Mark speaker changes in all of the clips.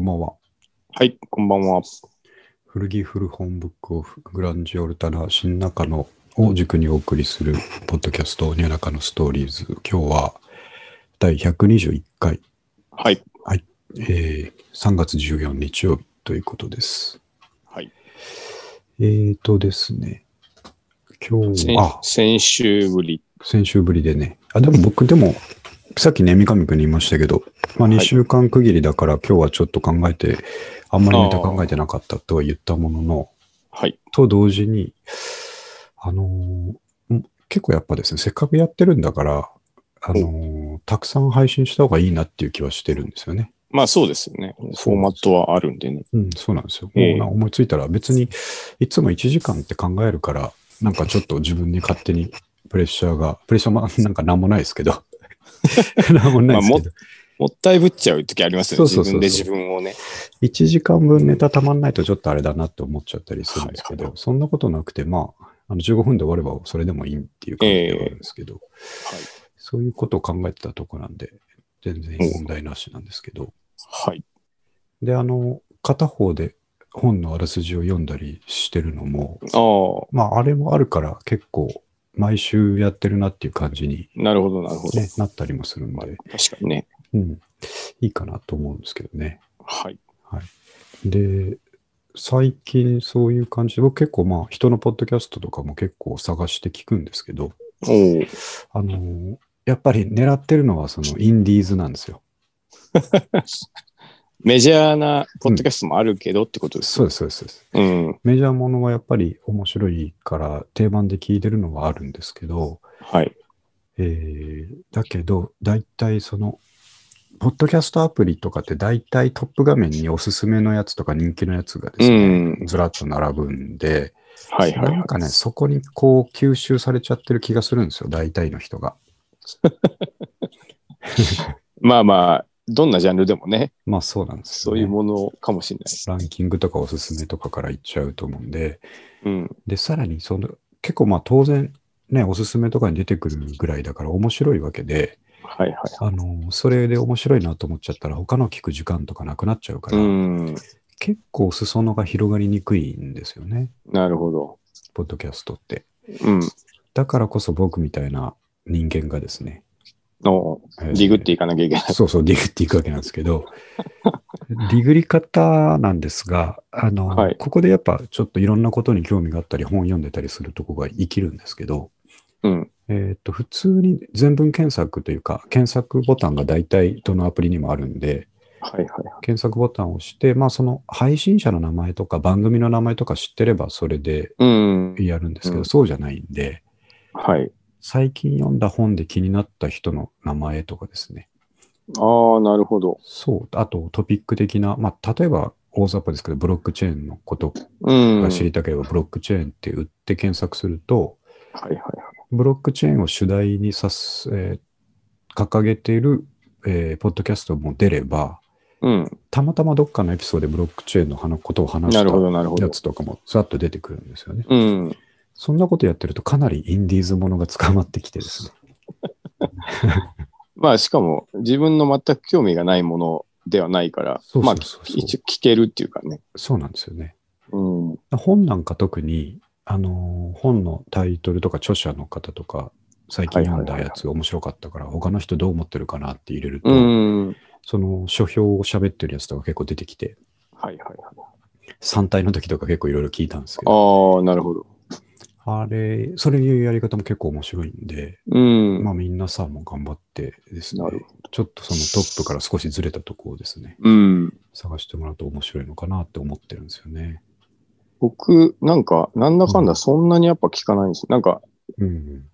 Speaker 1: はい、こんばんは。
Speaker 2: 古着古本ブックオフグランジオルタナ新中野を軸にお送りするポッドキャストニャナカのストーリーズ今日は第121回、
Speaker 1: はい。
Speaker 2: えー3月14日曜日ということです
Speaker 1: はい。
Speaker 2: えーとですね今日
Speaker 1: 先
Speaker 2: は
Speaker 1: 先週ぶり。
Speaker 2: あ先週ぶりでねあでも僕でもさっきね三上君に言いましたけど、まあ、
Speaker 1: はい
Speaker 2: 2週間区切りだから今日はちょっと考えてあんまりネタ考えてなかったとは言ったものの
Speaker 1: はい。
Speaker 2: と同時に、あのーん結構やっぱですね、せっかくやってるんだから、あのーたくさん配信した方がいいなっていう気はしてるんですよね。
Speaker 1: まあそうですよね。フォーマットはあるんでね。
Speaker 2: うん、そうなんですよ。
Speaker 1: ええ
Speaker 2: もうな思いついたら別にいつも1時間って考えるから、なんかちょっと自分に勝手にプレッシャーが、プレッシャーもなんかなんもないですけ ど、なんもないです
Speaker 1: まあも
Speaker 2: けど、
Speaker 1: もったいぶっちゃう時ありますよね。
Speaker 2: そうそうそうそう
Speaker 1: 自分で自分をね。
Speaker 2: 1時間分ネタたまんないとちょっとあれだなって思っちゃったりするんですけ
Speaker 1: はいはいは
Speaker 2: ど、そんなことなくて、まあ、あの15分で終わればそれでもいいっていう感じではあるんですけど、
Speaker 1: はい
Speaker 2: そういうことを考えてたとこなんで、全然問題なしなんですけど、
Speaker 1: はい。
Speaker 2: で、あの、片方で本のあらすじを読んだりしてるのも、
Speaker 1: ああ、
Speaker 2: まあ、あれもあるから結構、毎週やってるなっていう感じに、
Speaker 1: なるほど、なるほど。
Speaker 2: ね、なったりもするん
Speaker 1: まあ
Speaker 2: で、
Speaker 1: 確かにね。
Speaker 2: うん、いいかなと思うんですけどね。
Speaker 1: はい。
Speaker 2: で、最近そういう感じで、僕結構まあ、人のポッドキャストとかも結構探して聞くんですけど、
Speaker 1: おお。
Speaker 2: あの、やっぱり狙ってるのはそのインディーズなんですよ。
Speaker 1: メジャーなポッドキャストもあるけどってことです
Speaker 2: そう
Speaker 1: よ。
Speaker 2: です、そうですそうです。
Speaker 1: うん。
Speaker 2: メジャーものはやっぱり面白いから定番で聞いてるのはあるんですけど、
Speaker 1: はい。
Speaker 2: えーだけど大体そのポッドキャストアプリとかって大体トップ画面におすすめのやつとか人気のやつがですね、
Speaker 1: うん
Speaker 2: ずらっと並ぶんで、
Speaker 1: はいはいはい
Speaker 2: なんかね、そこにこう吸収されちゃってる気がするんですよ、大体の人が。
Speaker 1: まあまあ、どんなジャンルでもね、
Speaker 2: まあそうなんですよ
Speaker 1: そう
Speaker 2: ね、
Speaker 1: いうものかもしれないです。
Speaker 2: ランキングとかおすすめとかからいっちゃうと思うんで、
Speaker 1: うん。
Speaker 2: で、さらにその、結構まあ当然、ね、おすすめとかに出てくるぐらいだから面白いわけで、
Speaker 1: はいはい。
Speaker 2: あの、それで面白いなと思っちゃったら他の聞く時間とかなくなっちゃうから、
Speaker 1: うん。
Speaker 2: 結構裾野が広がりにくいんですよね、
Speaker 1: なるほど。
Speaker 2: ポッドキャストって。
Speaker 1: うん。
Speaker 2: だからこそ僕みたいな人間がですね、
Speaker 1: の、
Speaker 2: えー
Speaker 1: ディグっていかなきゃいけ ない。
Speaker 2: そうそう、ディグっていくわけなんですけど、ディグり方なんですが、あの、
Speaker 1: はい
Speaker 2: ここでやっぱちょっといろんなことに興味があったり、本読んでたりするとこが生きるんですけど、
Speaker 1: うん。
Speaker 2: えっと、普通に全文検索というか、検索ボタンが大体どのアプリにもあるんで、
Speaker 1: はいはいはい。
Speaker 2: 検索ボタンを押して、まあ、その配信者の名前とか番組の名前とか知ってればそれで
Speaker 1: うん。
Speaker 2: やるんですけど、
Speaker 1: うん
Speaker 2: そうじゃないんで、
Speaker 1: はい。
Speaker 2: 最近読んだ本で気になった人の名前とかですね。
Speaker 1: ああ、なるほど。
Speaker 2: そう、あとトピック的な、まあ、例えば大雑把ですけど、ブロックチェーンのこと
Speaker 1: うん。は
Speaker 2: が
Speaker 1: い
Speaker 2: 知りたければ、ブロックチェーンって打って検索すると、
Speaker 1: はいはい。
Speaker 2: ブロックチェーンを主題にさす、えー掲げている、えーポッドキャストも出れば、
Speaker 1: うん。た
Speaker 2: たまたまどっかのエピソードでブロックチェーンの話ことを話
Speaker 1: なるほ
Speaker 2: し
Speaker 1: ど、なるほ
Speaker 2: たや
Speaker 1: ど。
Speaker 2: つとかもさっと出てくるんですよね。
Speaker 1: うん。
Speaker 2: そんなことやってるとかなりインディーズものが捕まってきてですね。
Speaker 1: まあ、しかも、自分の全く興味がないものではないから、
Speaker 2: そうそ
Speaker 1: まあ
Speaker 2: う、そうそう、
Speaker 1: 一応聞けるっていうかね。
Speaker 2: そうなんですよね。
Speaker 1: うん。
Speaker 2: 本なんか特に、あのー本のタイトルとか著者の方とか、最近読んだやつ面白かったから、他の人どう思ってるかなって入れると、
Speaker 1: うん。はい
Speaker 2: その書評を喋ってるやつとか結構出てきて、
Speaker 1: はいはい。
Speaker 2: 3体の時とか結構いろいろ聞いたんですけど、
Speaker 1: ああ、なるほど。
Speaker 2: あれ、それいうやり方も結構面白いんで、
Speaker 1: うん。
Speaker 2: まあみんなさんも頑張ってですね
Speaker 1: なる、
Speaker 2: ちょっとそのトップから少しずれたところをですね、
Speaker 1: うん。
Speaker 2: 探してもらうと面白いのかなって思ってるんですよね。
Speaker 1: 僕、なんか、なんだかんだそんなにやっぱ聞かないんです。なんか、
Speaker 2: うん。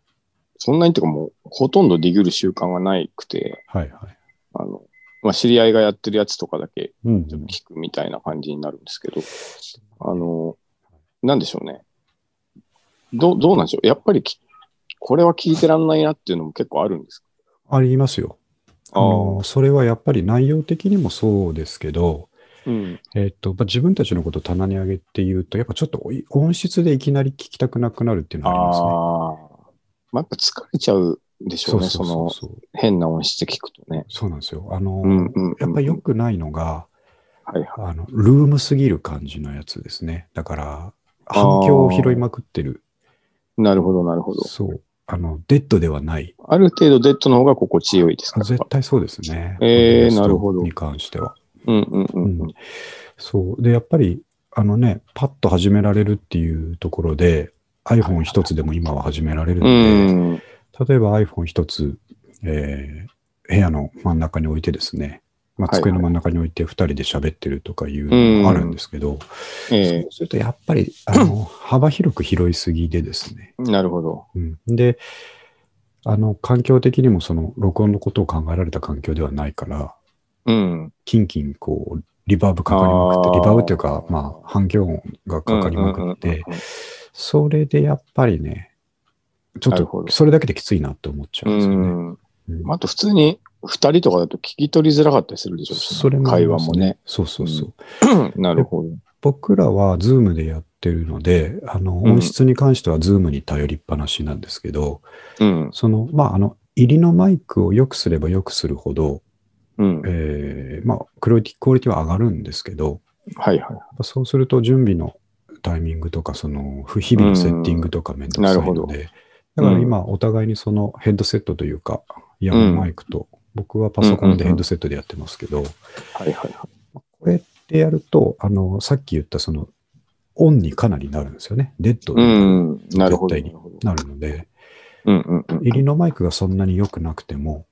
Speaker 1: そんなにっていうかもう、ほとんどディグる習慣がないくて、
Speaker 2: はいはい。
Speaker 1: あの、まあ、知り合いがやってるやつとかだけ
Speaker 2: うん
Speaker 1: ちょっと聞くみたいな感じになるんですけど、あの、なんでしょうね。どうどうなんでしょう。やっぱりきこれは聞いてらんないなっていうのも結構あるんですか
Speaker 2: ありますよ。あの
Speaker 1: ー
Speaker 2: それはやっぱり内容的にもそうですけど、
Speaker 1: うん。
Speaker 2: えっ、と、まあ、自分たちのことを棚に上げて言うと、やっぱちょっとおい音質でいきなり聞きたくなくなるっていうの
Speaker 1: あ
Speaker 2: はありますね。
Speaker 1: あ。まあ、やっぱ疲れちゃうんでしょうね。
Speaker 2: そ
Speaker 1: そ
Speaker 2: う
Speaker 1: の
Speaker 2: そうそう。
Speaker 1: 変な音質聞くとね。
Speaker 2: そうなんですよ。あのー、
Speaker 1: うんうんうん。
Speaker 2: やっぱり良くないのが、
Speaker 1: はいは
Speaker 2: あの、ルームすぎる感じのやつですね。だから、反響を拾いまくってる。
Speaker 1: い。なるほど、なるほど。
Speaker 2: そう。あの、デッドではない。
Speaker 1: ある程度デッドの方が心地よいですかやっ
Speaker 2: 絶
Speaker 1: ぱ
Speaker 2: 対そうですね。
Speaker 1: え
Speaker 2: ポッドキャ
Speaker 1: ー
Speaker 2: スト
Speaker 1: なるほど
Speaker 2: に関しては。
Speaker 1: うんうんうんうん。
Speaker 2: うんそう。で、やっぱり、あのね、パッと始められるっていうところで、iPhone 一つでも今は始められるの
Speaker 1: う
Speaker 2: で、
Speaker 1: ん。
Speaker 2: 例えば iPhone 一つ、えー部屋の真ん中に置いてですね、まあ、
Speaker 1: はいは
Speaker 2: 机
Speaker 1: い
Speaker 2: の真ん中に置いて二人で喋ってるとかいうのもあるんですけど、
Speaker 1: ええ
Speaker 2: そうするとやっぱりあ の幅広く拾いすぎでですね、
Speaker 1: なるほど。
Speaker 2: うん、であの環境的にもその録音のことを考えられた環境ではないから
Speaker 1: うん。
Speaker 2: キンキンこうリバーブかかりまくっ
Speaker 1: あ
Speaker 2: て
Speaker 1: ー
Speaker 2: リバーブっていうかまあ反響音がかかりまくっ
Speaker 1: うんうん
Speaker 2: て
Speaker 1: うんうん
Speaker 2: それでやっぱりねちょっ
Speaker 1: なるほ
Speaker 2: と
Speaker 1: ど
Speaker 2: それだけできついなって思っちゃうんですよね。
Speaker 1: うん
Speaker 2: うん
Speaker 1: あと普通に2人とかだと聞き取りづらかったりするでしょうしね
Speaker 2: それもあり
Speaker 1: 会
Speaker 2: ま
Speaker 1: 話
Speaker 2: す
Speaker 1: もね。。
Speaker 2: そうそうそう。
Speaker 1: なるほど。
Speaker 2: 僕らは Zoom でやってるので、あの、
Speaker 1: うん
Speaker 2: 音質に関しては Zoom に頼りっぱなしなんですけど、
Speaker 1: うん。
Speaker 2: その、まあ、あの、入りのマイクを良くすれば良くするほど、
Speaker 1: うん。はい
Speaker 2: えーまあ、クオリティ、クオリティは上がるんですけど、
Speaker 1: はい。
Speaker 2: そうすると準備のタイミングとか、その、ふ日々のセッティングとかめんどくさい
Speaker 1: な
Speaker 2: の
Speaker 1: るほど
Speaker 2: で、だから今、お互いにそのヘッドセットというか、イヤホンマイクと、僕はパソコンでヘッドセットでやってますけど、
Speaker 1: はいはいは
Speaker 2: これってやると、あの、さっき言ったその、オンにかなりなるんですよね。デッド
Speaker 1: い。う
Speaker 2: に
Speaker 1: ん。なるほど。
Speaker 2: 絶対に
Speaker 1: なるほど
Speaker 2: なるので、
Speaker 1: うんうんうん
Speaker 2: 入りのマイクがそんなに良くなくても、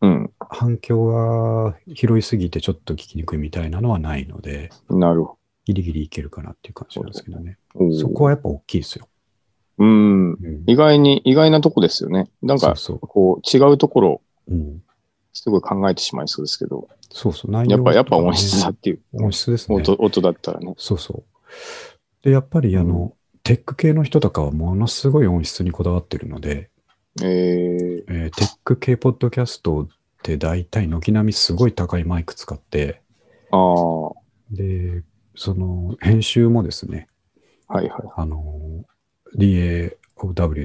Speaker 1: うん。
Speaker 2: 反響が拾いすぎてちょっと聞きにくいみたいなのはないので、
Speaker 1: なるほ
Speaker 2: ギリギリいけるかなっていう感じなんですけどね。
Speaker 1: ど。
Speaker 2: そこはやっぱ大きいですよ。
Speaker 1: うん。
Speaker 2: うん
Speaker 1: 意外に、意外なとこですよね。なん
Speaker 2: そう
Speaker 1: か、
Speaker 2: そ
Speaker 1: こう、違うところ、
Speaker 2: う。うん。
Speaker 1: すごい考えてしまいそうですけど、
Speaker 2: そうそう。内容
Speaker 1: や
Speaker 2: と
Speaker 1: っ
Speaker 2: か
Speaker 1: ぱ、
Speaker 2: ね
Speaker 1: やっぱ音質だっていう、
Speaker 2: 音質ですね。
Speaker 1: 音音だったらね。
Speaker 2: そうそう。で、やっぱり、あの、
Speaker 1: う
Speaker 2: テック系の人とかはものすごい音質にこだわってるので、
Speaker 1: ええ
Speaker 2: えーテック系ポッドキャストって大体軒並みすごい高いマイク使って、
Speaker 1: ああ、は
Speaker 2: で、その編集もですね、
Speaker 1: いは
Speaker 2: あの、DAOW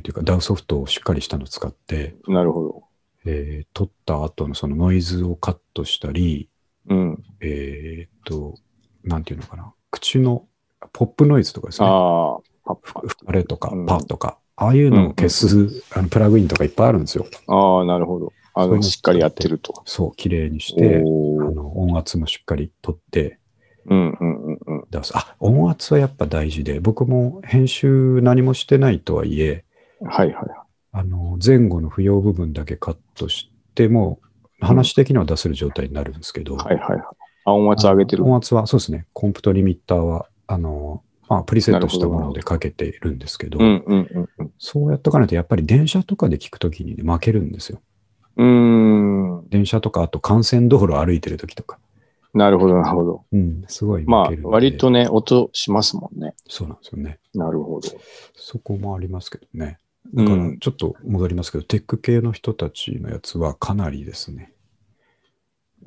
Speaker 2: というか DAW ソフトをしっかりしたのを使って、
Speaker 1: い。なるほど。
Speaker 2: えー撮った後のそのノイズをカットしたり、
Speaker 1: うん。
Speaker 2: えーっと、なんていうのかな、口のポップノイズとかですね、
Speaker 1: ああ、パッパ
Speaker 2: ふあれとか
Speaker 1: うん
Speaker 2: パーとか、ああいうのを消す、あのプラグインとかいっぱいあるんですよ。
Speaker 1: ああ、なるほど。あ
Speaker 2: そういう
Speaker 1: の、
Speaker 2: の
Speaker 1: しっかりやってると。
Speaker 2: そう、綺麗にして、あ
Speaker 1: おー
Speaker 2: の音圧もしっかり取って、
Speaker 1: うんうんうんうん。
Speaker 2: 出す。あ、音圧はやっぱ大事で、僕も編集何もしてないとはいえ、
Speaker 1: はいはい。
Speaker 2: あの、前後の不要部分だけカットしても、話的には出せる状態になるんですけど、
Speaker 1: はいはいはい。あ、音圧上げてる
Speaker 2: あ。の音圧は、そうですね、コンプとリミッターは、あの、まあ、プリセットしたものでかけてるんですけど、
Speaker 1: うんうんうんうん。
Speaker 2: そうやっとかないと、やっぱり電車とかで聞くときにね、負けるんですよ。
Speaker 1: うーん。
Speaker 2: 電車とか、あと幹線道路歩いてるときとか。
Speaker 1: なるほどなるほど。
Speaker 2: うん、すごい
Speaker 1: ま
Speaker 2: 負
Speaker 1: あ
Speaker 2: けるんで、、
Speaker 1: 割とね、音しますもんね。
Speaker 2: そうなんですよね。
Speaker 1: なるほど。
Speaker 2: そこもありますけどね。だか
Speaker 1: う
Speaker 2: ら
Speaker 1: ん
Speaker 2: ちょっと戻りますけど、テック系の人たちのやつはかなりですね、
Speaker 1: えー、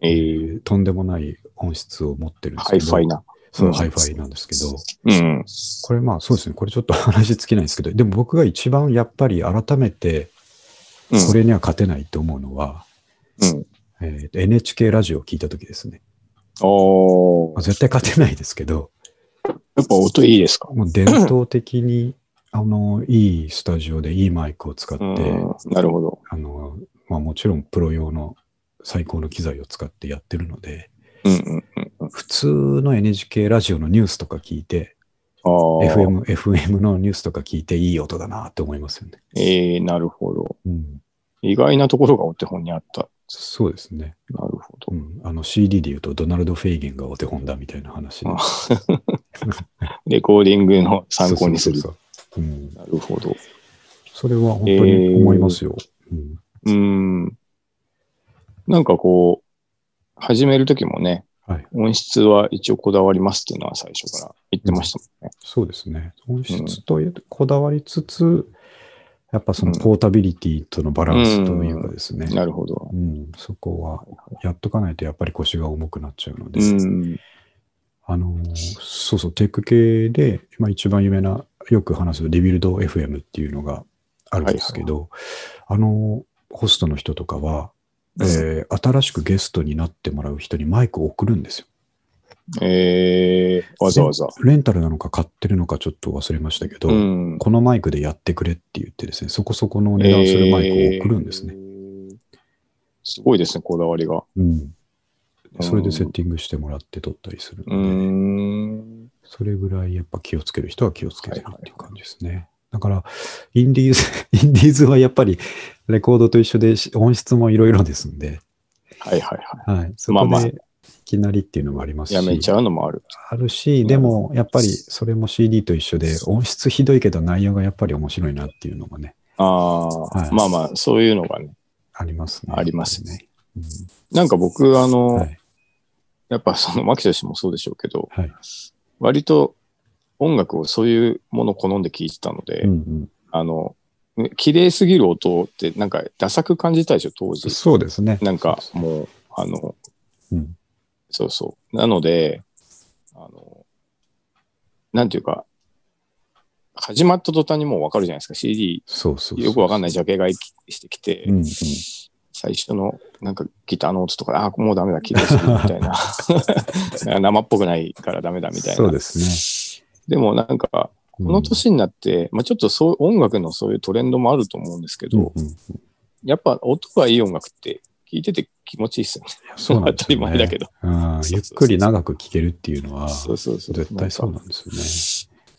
Speaker 2: えーとんでもない音質を持ってるんです
Speaker 1: ハ
Speaker 2: け
Speaker 1: イ
Speaker 2: ど、
Speaker 1: ファイな。
Speaker 2: そうう、
Speaker 1: ん
Speaker 2: ハイファイなんですけど、
Speaker 1: うん。
Speaker 2: これまあそうですね、これちょっと話尽きないんですけど、でも僕が一番やっぱり改めて、
Speaker 1: うん
Speaker 2: これには勝てないと思うのは、
Speaker 1: うん。
Speaker 2: えー NHK ラジオを聞いたときですね、
Speaker 1: お
Speaker 2: まあ
Speaker 1: ー
Speaker 2: 絶対勝てないですけ ど、
Speaker 1: やっぱ音いいですか
Speaker 2: もう伝統的に、あの、いいスタジオでいいマイクを使って、
Speaker 1: うんなるほど。
Speaker 2: あの、まあもちろんプロ用の最高の機材を使ってやってるので、
Speaker 1: うんうんうん。
Speaker 2: 普通の NHK ラジオのニュースとか聞いて、
Speaker 1: ああ。。
Speaker 2: FM、FM のニュースとか聞いていい音だなって思いますよね。
Speaker 1: えー、なるほど。
Speaker 2: うん。
Speaker 1: 意外なところがお手本にあった。
Speaker 2: そうですね。
Speaker 1: なるほど
Speaker 2: う。ん。あの CD で言うとドナルド・フェイゲンがお手本だみたいな話で
Speaker 1: あレコーディングの参考にする。
Speaker 2: そうそうそうそううん。
Speaker 1: なるほど。
Speaker 2: それは本当に思いますよ。うん。
Speaker 1: うーん。なんかこう、始めるときもね、
Speaker 2: はい
Speaker 1: 音質は一応こだわりますっていうのは最初から言ってましたもんね。
Speaker 2: そうですね。音質というこだわりつつ、やっぱそのポータビリティとのバランスというかですね。
Speaker 1: なるほど。
Speaker 2: うん、そこはやっとかないとやっぱり腰が重くなっちゃうので、
Speaker 1: うん。
Speaker 2: あのーそうそう、テック系で、まあ、一番有名な、よく話すリビルド FM っていうのがあるんですけど、あのーホストの人とかは、えー新しくゲストになってもらう人にマイクを送るんですよ。
Speaker 1: えー、わざわざ。
Speaker 2: レンタルなのか買ってるのかちょっと忘れましたけど、
Speaker 1: うん。
Speaker 2: このマイクでやってくれって言ってですね、そこそこのお値段するマイクを送るんですね。
Speaker 1: えーすごいですね、こだわりが。
Speaker 2: うん。それでセッティングしてもらって撮ったりするの
Speaker 1: うー
Speaker 2: で、
Speaker 1: ん。
Speaker 2: それぐらいやっぱ気をつける人は気をつけてるっていう感じですね。だから、インディーズ、 インディーズはやっぱりレコードと一緒でし音質もいろいろですんで、
Speaker 1: はいはいはい。
Speaker 2: はい。そ
Speaker 1: まあ
Speaker 2: こ
Speaker 1: まあ
Speaker 2: でいきなりっていうのもありますし、
Speaker 1: やめちゃうのもある。
Speaker 2: あるし、でもやっぱりそれも CD と一緒で、音質ひどいけど内容がやっぱり面白いなっていうのもね、
Speaker 1: ああ、
Speaker 2: はい
Speaker 1: まあまあ、そういうのがね。
Speaker 2: ありますね。
Speaker 1: ありますね。
Speaker 2: うん
Speaker 1: なんか僕、あの、
Speaker 2: はい。
Speaker 1: やっぱその、牧田氏もそうでしょうけど、
Speaker 2: はい。
Speaker 1: 割と音楽をそういうものを好んで聴いてたので、
Speaker 2: うんうん
Speaker 1: あの、ね綺麗すぎる音ってなんかダサく感じたでしょ、当時。
Speaker 2: そうですね。
Speaker 1: なんかもう、あの、
Speaker 2: うん。
Speaker 1: そうそう。なので、あの、なんていうか、始まった途端にもうわかるじゃないですか。CD、
Speaker 2: そうそうそう
Speaker 1: よくわかんないジャケ買いしてきて、
Speaker 2: うんうん
Speaker 1: 最初のなんかギターの音とか、ああ、もうダメだ、綺麗すぎるみたいな。なんか 生っぽくないからダメだみたいな。
Speaker 2: そうですね。
Speaker 1: でもなんか、この年になって、まあちょっとそう音楽のそういうトレンドもあると思うんですけど、
Speaker 2: うんうんうん
Speaker 1: やっぱ音がいい音楽って聴いてて気持ちいいっすよね。
Speaker 2: そうなん
Speaker 1: 当
Speaker 2: です
Speaker 1: たり
Speaker 2: よね
Speaker 1: 前だけど。
Speaker 2: うんゆっくり長く聴けるっていうのは、
Speaker 1: そうそうそう。
Speaker 2: 絶対そう
Speaker 1: な
Speaker 2: なん
Speaker 1: か
Speaker 2: んですよね。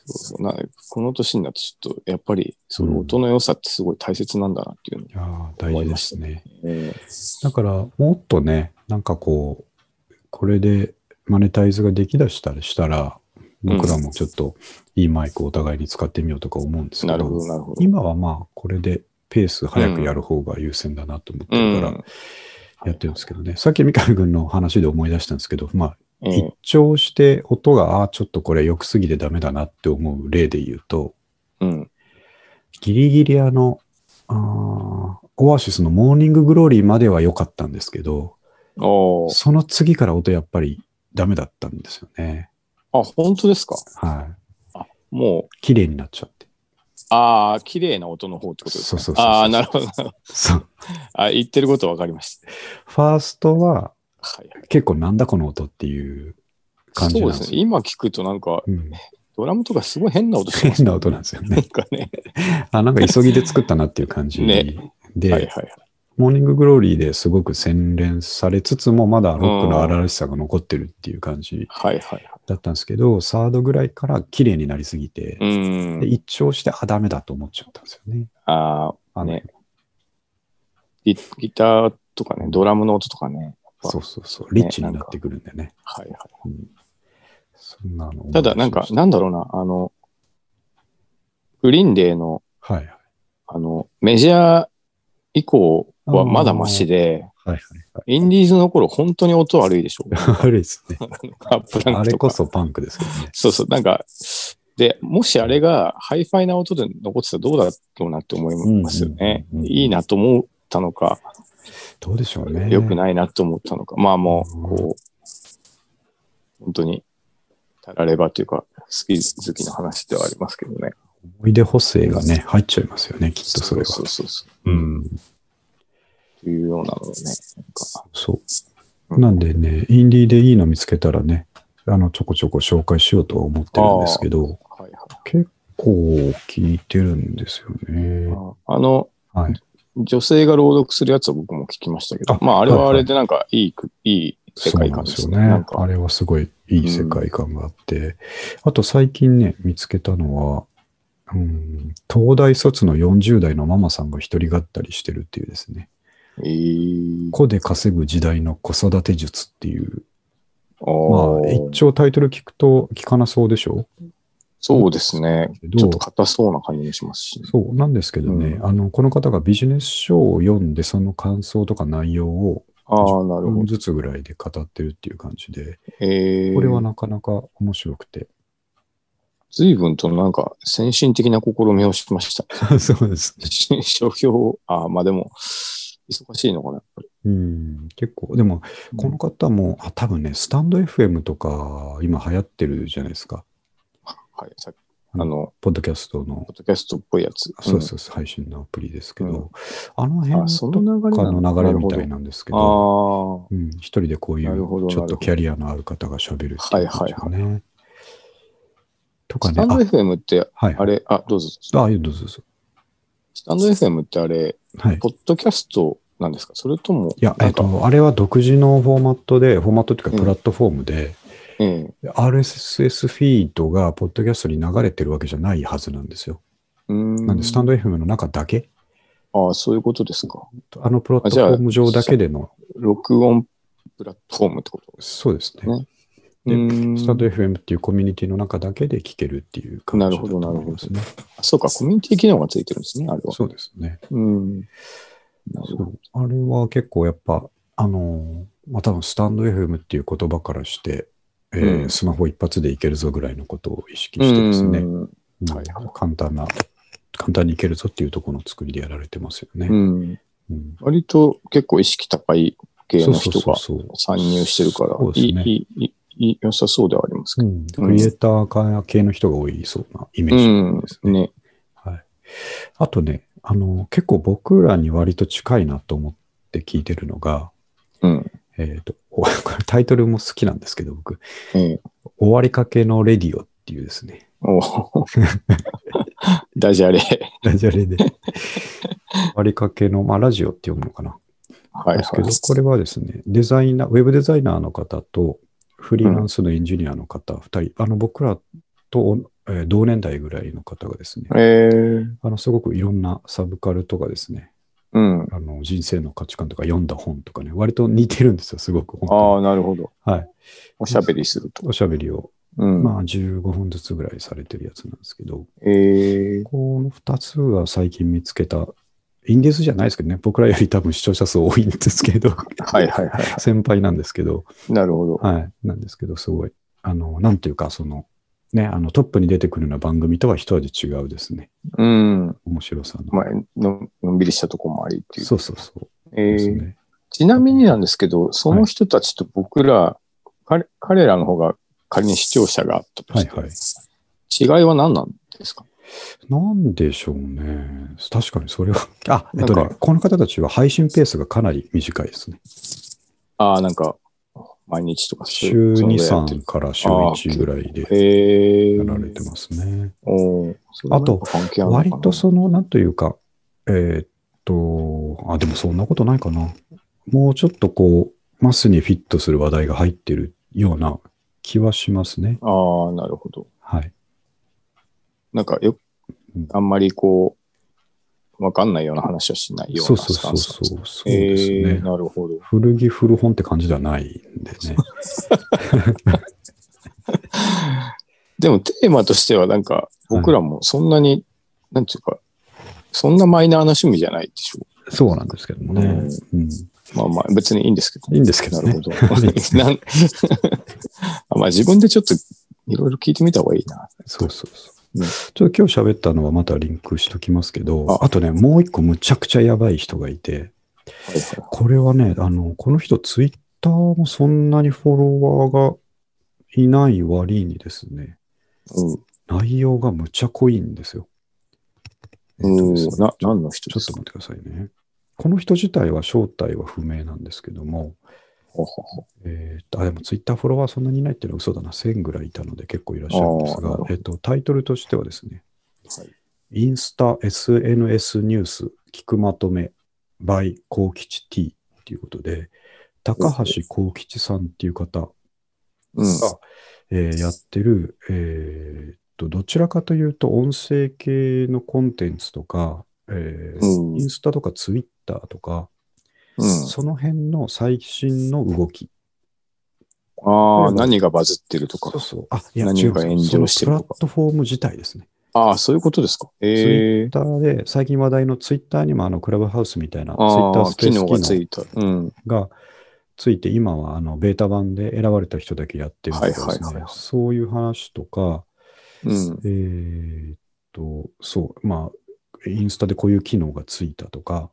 Speaker 1: そうそうなこの年になってちょっとやっぱりそういう音の良さってすごい大切なんだなっていうの
Speaker 2: いやー大事ですね。
Speaker 1: えー
Speaker 2: だから、もっとね、なんかこう、これでマネタイズができだしたら、したら
Speaker 1: うん
Speaker 2: 僕らもちょっといいマイクをお互いに使ってみようとか思うんですけ
Speaker 1: な
Speaker 2: ど、
Speaker 1: るほど、なるほど。
Speaker 2: 今はまあ、これでペース早くやる方が優先だなと思ってるから、やってるんですけどね。さっき三上君の話で思い出したんですけど、まあ、
Speaker 1: えー
Speaker 2: 一聴して音が、ああー、ちょっとこれ良くすぎてダメだなって思う例で言うと、
Speaker 1: うん。
Speaker 2: ギリギリあの、あーオアシスのモーニンググローリーまでは良かったんですけど、
Speaker 1: おー
Speaker 2: その次から音やっぱりダメだったんですよね。
Speaker 1: あ、本当ですか
Speaker 2: はい。
Speaker 1: もう、
Speaker 2: 綺麗になっちゃって。
Speaker 1: ああ、綺麗な音の方ってことですか、
Speaker 2: そうそうそうそう
Speaker 1: ああ、なるほど。
Speaker 2: そう。
Speaker 1: あ言ってることわかりました。
Speaker 2: ファーストは
Speaker 1: はいはい。
Speaker 2: 結構なんだこの音っていう感じ
Speaker 1: そ
Speaker 2: な
Speaker 1: うんで
Speaker 2: ですす
Speaker 1: ね。
Speaker 2: よ。
Speaker 1: 今聞くとなんか、
Speaker 2: うん、
Speaker 1: ドラムとかすごい変な音してます
Speaker 2: 変な音なんですよ
Speaker 1: なん
Speaker 2: ね。
Speaker 1: かね。
Speaker 2: あ、なんか急ぎで作ったなっていう感じ
Speaker 1: ね
Speaker 2: で、
Speaker 1: はいはいはい。
Speaker 2: モーニンググローリーですごく洗練されつつも、まだロックの荒々しさが残ってるっていう感じ
Speaker 1: はいはいはい。
Speaker 2: だったんですけど、サードぐらいから綺麗になりすぎて
Speaker 1: う、ー
Speaker 2: で
Speaker 1: ん。
Speaker 2: 一聴して、あ、ダメだと思っちゃったんですよね。
Speaker 1: ああ、
Speaker 2: あの
Speaker 1: ねギギターとかね、ドラムの音とかね。
Speaker 2: そうそうそう、リッチになってくるんでね。
Speaker 1: はいは
Speaker 2: うんそんなの。
Speaker 1: い。ただなんか、なんだろうな、あの、グリーンデーの、
Speaker 2: はい
Speaker 1: あの、メジャー以降はまだマシで、
Speaker 2: はい。はい
Speaker 1: インディーズの頃本当に音悪いで しょ。
Speaker 2: はい。あれです ね。
Speaker 1: アップランクとか。
Speaker 2: あれこそパンクですけどね。
Speaker 1: そうそう、なんか、で、もしあれがハイファイな音で残ってたらどうだろうなって思いますよね。
Speaker 2: うんうんうんうん
Speaker 1: いいなと思ったのか、
Speaker 2: どうでしょうね。
Speaker 1: 良くないなと思ったのか、まあもう、
Speaker 2: うん
Speaker 1: こう、本当に、たらればというか、好き好きの話ではありますけどね。
Speaker 2: 思い出補正がね、入っちゃいますよね、きっとそれは。
Speaker 1: そうそうそうう。
Speaker 2: ん。
Speaker 1: というようなのをね、なんか、
Speaker 2: そう。なんでね、インディーでいいの見つけたらね、あの、ちょこちょこ紹介しようとは思ってるんですけど、
Speaker 1: はいはい。
Speaker 2: 結構聞いてるんですよね。
Speaker 1: あの、
Speaker 2: はい。
Speaker 1: 女性が朗読するやつは僕も聞きましたけど
Speaker 2: あ、
Speaker 1: まああれは
Speaker 2: は
Speaker 1: あ
Speaker 2: いはい
Speaker 1: れでなんか、いいく、いい世
Speaker 2: そう
Speaker 1: 界
Speaker 2: なん
Speaker 1: 観で
Speaker 2: です
Speaker 1: す
Speaker 2: よ
Speaker 1: ね。
Speaker 2: ね。
Speaker 1: なん
Speaker 2: あ
Speaker 1: か、
Speaker 2: れはすごいいい世界観があって、あと最近ね、見つけたのは、うん、東大卒の40代のママさんが一人語りしてるっていうですね、
Speaker 1: えー、
Speaker 2: 子で稼ぐ時代の子育て術っていう、ま
Speaker 1: お
Speaker 2: あ、
Speaker 1: ー
Speaker 2: 一応タイトル聞くと聞かなそうでしょ
Speaker 1: そうですね。
Speaker 2: け
Speaker 1: ちょ
Speaker 2: ど
Speaker 1: っと硬そうな感じもしますしね、
Speaker 2: そうなんですけどね、
Speaker 1: うん
Speaker 2: あの、この方がビジネス書を読んで、その感想とか内容を
Speaker 1: ああ、なるほど。
Speaker 2: ずつぐらいで語ってるっていう感じで、
Speaker 1: えー、
Speaker 2: これはなかなか面白くて。
Speaker 1: 随分となんか先進的な試みをしました。
Speaker 2: そうですね。
Speaker 1: 商標を、ああ、まあでも、忙しいのかな、やっぱり。
Speaker 2: うん、結構、でも、この方も、あ、多分ね、スタンド FM とか、今流行ってるじゃないですか。
Speaker 1: はい、さっき
Speaker 2: うん
Speaker 1: あの、
Speaker 2: ポッドキャストの
Speaker 1: ポッドキャストっぽいやつ。
Speaker 2: そうそうそう、配信のアプリですけど、
Speaker 1: うん
Speaker 2: あの
Speaker 1: あそ
Speaker 2: 辺
Speaker 1: の流れなの
Speaker 2: とかの流れみたいなんですけ
Speaker 1: うん。あ
Speaker 2: ど、
Speaker 1: あ、は
Speaker 2: うん、一人でこうい
Speaker 1: なるほ
Speaker 2: う
Speaker 1: ど
Speaker 2: ちょっ
Speaker 1: なるほ
Speaker 2: と
Speaker 1: ど
Speaker 2: キャリアのある方が喋るっていう感じがね。とか
Speaker 1: ス
Speaker 2: ね、
Speaker 1: タ
Speaker 2: あ
Speaker 1: ンド、FM って、
Speaker 2: はい。
Speaker 1: あれ、あ、どうぞ。
Speaker 2: あ、いやどうぞどうぞ。
Speaker 1: スタンド FM ってあれ、
Speaker 2: はい。
Speaker 1: ポッドキャストなんですかそれとも、
Speaker 2: いや、
Speaker 1: な
Speaker 2: え
Speaker 1: ん
Speaker 2: っ
Speaker 1: か、
Speaker 2: と、あれは独自のフォーマットで、フォーマットっていう
Speaker 1: う
Speaker 2: か
Speaker 1: ん
Speaker 2: プラットフォームで、
Speaker 1: ええ
Speaker 2: RSS フィードがポッドキャストに流れてるわけじゃないはずなんですよ。
Speaker 1: うーん。
Speaker 2: なんで、スタンド FM の中だけ、
Speaker 1: ああ、そういうことですか。
Speaker 2: あのプラットフォーム上だけでの、
Speaker 1: 録音プラットフォームってこと
Speaker 2: そうですね。
Speaker 1: ね
Speaker 2: で
Speaker 1: うーん
Speaker 2: スタンド FM っていうコミュニティの中だけで聞けるっていう感じだと思いますね。
Speaker 1: あそうか、コミュニティ機能がついてるんですね、あれは。
Speaker 2: そうですね。
Speaker 1: うん。なる
Speaker 2: そ
Speaker 1: ほど。
Speaker 2: うあれは結構やっぱ、あのーまあ、多分スタンド FM っていう言葉からして、えー
Speaker 1: うん
Speaker 2: スマホ一発でいけるぞぐらいのことを意識してですね、
Speaker 1: うん
Speaker 2: うん
Speaker 1: はい
Speaker 2: 簡単な、簡単にいけるぞっていうところの作りでやられてますよね。
Speaker 1: うん。
Speaker 2: うん
Speaker 1: 割と結構意識高い系の人が
Speaker 2: そうそうそう
Speaker 1: 参入してるから
Speaker 2: そう、で
Speaker 1: い
Speaker 2: すね
Speaker 1: い、いい、い良さそうではありますけ
Speaker 2: う
Speaker 1: ど。
Speaker 2: ん、クリエイター系の人が多いそうなイメージ
Speaker 1: うん
Speaker 2: です。ね。
Speaker 1: ね。
Speaker 2: はい、あとねあの、結構僕らに割と近いなと思って聞いてるのが、
Speaker 1: うん。
Speaker 2: えっとお これタイトルも好きなんですけど、僕、
Speaker 1: ええ。
Speaker 2: 終わりかけのレディオっていうですね、
Speaker 1: おお。 ダジャレ。
Speaker 2: ダジャ レで、終わりかけの、まあ、ラジオって読むのかな、
Speaker 1: はい
Speaker 2: ですけど
Speaker 1: はい。
Speaker 2: これはですね、デザイナー、ウェブデザイナーの方と、フリーランスのエンジニアの方、二人、あの、僕らと、えー同年代ぐらいの方がですね、
Speaker 1: えー、
Speaker 2: あの、すごくいろんなサブカルとかですね、
Speaker 1: うん。
Speaker 2: あの、人生の価値観とか読んだ本とかね、割と似てるんですよ、すごく。本
Speaker 1: あ
Speaker 2: 当
Speaker 1: あ、なるほど。
Speaker 2: にはい。
Speaker 1: おしゃべりすると。
Speaker 2: おしゃべりを、
Speaker 1: うん。
Speaker 2: まあ、15本ずつぐらいされてるやつなんですけど、
Speaker 1: えー、
Speaker 2: この2つが最近見つけた、インディースじゃないですけどね、僕らより多分視聴者数多いんですけど、
Speaker 1: はいはいは
Speaker 2: 先輩なんですけど、
Speaker 1: い。なるほど。
Speaker 2: はい。なんですけど、すごい、あの、なんていうか、その、ね、あの、トップに出てくるような番組とは一味違うですね。
Speaker 1: うん。
Speaker 2: 面白さの。
Speaker 1: まあ、ののんびりしたとこもありっていう。
Speaker 2: そうそうそう。
Speaker 1: え
Speaker 2: です
Speaker 1: ー、
Speaker 2: ね。
Speaker 1: ちなみになんですけど、その人たちと僕ら、彼彼らの方が仮に視聴者があったとして、
Speaker 2: はいはい
Speaker 1: 違いは何なんですか
Speaker 2: なんでしょうね。確かにそれは、 あ、えっと
Speaker 1: なん
Speaker 2: ね
Speaker 1: か、
Speaker 2: この方たちは配信ペースがかなり短いですね。
Speaker 1: ああ、なんか、毎日とかそうい
Speaker 2: 週
Speaker 1: う
Speaker 2: 2、
Speaker 1: そのぐらいやってる
Speaker 2: 3から週1ぐらいで
Speaker 1: へえ
Speaker 2: やられてますね。
Speaker 1: おーそれはなんか関係あるのかな
Speaker 2: 割とその、なんというか、えーっと、あ、でもそんなことないかな。もうちょっとこう、マスにフィットする話題が入ってるような気はしますね。
Speaker 1: ああ、なるほど。
Speaker 2: はい。
Speaker 1: なんかよ
Speaker 2: うん、
Speaker 1: あんまりこう、わかんないような話はしないよう
Speaker 2: そう
Speaker 1: な
Speaker 2: そう
Speaker 1: スタ
Speaker 2: そう
Speaker 1: ンスなん
Speaker 2: そ
Speaker 1: ですね
Speaker 2: う。そうですね。
Speaker 1: えーなるほど。
Speaker 2: 古着古本って感じではないんで ね。
Speaker 1: でもテーマとしてはなんか僕らもそんなに、なんていうか、そんなマイナーな趣味じゃないでしょ
Speaker 2: そうなんですけどもね。うん。
Speaker 1: まあまあ別にいいんですけど。
Speaker 2: いいんですけどね
Speaker 1: なるほど。なん あまあ自分でちょっといろいろ聞いてみた方がいいな。
Speaker 2: そうそうそう。
Speaker 1: ね
Speaker 2: ちょっと今日喋ったのはまたリンクしときますけど、あ
Speaker 1: あ
Speaker 2: とね、もう一個むちゃくちゃやばい人がいて、
Speaker 1: はいは
Speaker 2: これはね、あの、この人、ツイッターもそんなにフォロワーがいない割にですね、
Speaker 1: い。うん
Speaker 2: 内容がむちゃ濃いんですよ。えっと
Speaker 1: うん
Speaker 2: ですね
Speaker 1: な、何の人
Speaker 2: ちょ
Speaker 1: で
Speaker 2: っ
Speaker 1: す
Speaker 2: と
Speaker 1: か
Speaker 2: 待ってくださいね。この人自体は正体は不明なんですけども、
Speaker 1: ほうほうほ
Speaker 2: えーっとあでもツイッターフォロワーそんなにいないっていうのは嘘だな、1000ぐらいいたので結構いらっしゃるんです
Speaker 1: あーな
Speaker 2: が
Speaker 1: るほ、ど
Speaker 2: えっとタイトルとしてはですね、
Speaker 1: はい
Speaker 2: インスタ SNS ニュース聞くまとめ by 幸吉 T っていうことで、高橋幸吉さんっていう方
Speaker 1: ううん。
Speaker 2: が、えーやってる、えーっと、どちらかというと音声系のコンテンツとか、えー
Speaker 1: うん
Speaker 2: インスタとかツイッターとか、
Speaker 1: うん、
Speaker 2: その辺の最新の動き
Speaker 1: ああ、何がバズってると
Speaker 2: そう
Speaker 1: か。
Speaker 2: そう。あ、いや、違
Speaker 1: 何
Speaker 2: う
Speaker 1: が炎上して
Speaker 2: そ
Speaker 1: る
Speaker 2: の
Speaker 1: とか
Speaker 2: プラットフォーム自体ですね。
Speaker 1: ああ、そういうことですか。
Speaker 2: ツイ
Speaker 1: ええ
Speaker 2: ッターで、最近話題のツイッターにもあのクラブハウスみたいなツイッタ
Speaker 1: あ
Speaker 2: ー
Speaker 1: あ、
Speaker 2: スペー
Speaker 1: 機
Speaker 2: ス
Speaker 1: 能がつ
Speaker 2: 機
Speaker 1: いた。うん。
Speaker 2: 能がついて、今はあのベータ版で選ばれた人だけやってるとかですね、
Speaker 1: はいはいはいはい
Speaker 2: そういう話とか、
Speaker 1: う
Speaker 2: え
Speaker 1: ん。
Speaker 2: ーっと、そう、まあ、インスタでこういう機能がついたとか、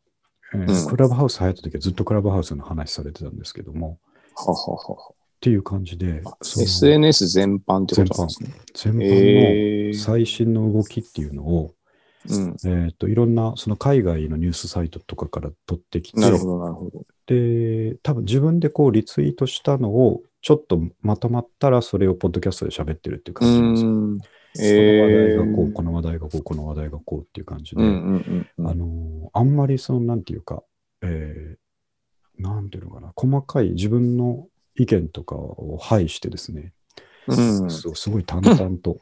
Speaker 2: えー
Speaker 1: うん
Speaker 2: クラブハウス流行った時はずっとクラブハウスの話されてたんですけども、
Speaker 1: はははは。
Speaker 2: っていう感じで、その
Speaker 1: SNS 全般ってことなんですね。
Speaker 2: 全般
Speaker 1: え
Speaker 2: の
Speaker 1: ー
Speaker 2: 最新の動きっていうのを、
Speaker 1: うん、
Speaker 2: えー、といろんなその海外のニュースサイトとかから取ってきて、
Speaker 1: なるほど、なるほど。
Speaker 2: で、多分自分でこうリツイートしたのを、ちょっとまとまったら、それをポッドキャストで喋ってるっていう
Speaker 1: う
Speaker 2: 感じなんですよ。
Speaker 1: ん。
Speaker 2: その話
Speaker 1: え
Speaker 2: 題
Speaker 1: ー、
Speaker 2: がこう、この話題がこう、この話題がこうっていう感じで、
Speaker 1: うんうんうん
Speaker 2: あのーあんまりその、なんていうか、えーなんていうのかな、細かい自分の意見とかを排してですね、
Speaker 1: うん、
Speaker 2: そうすごい淡々と、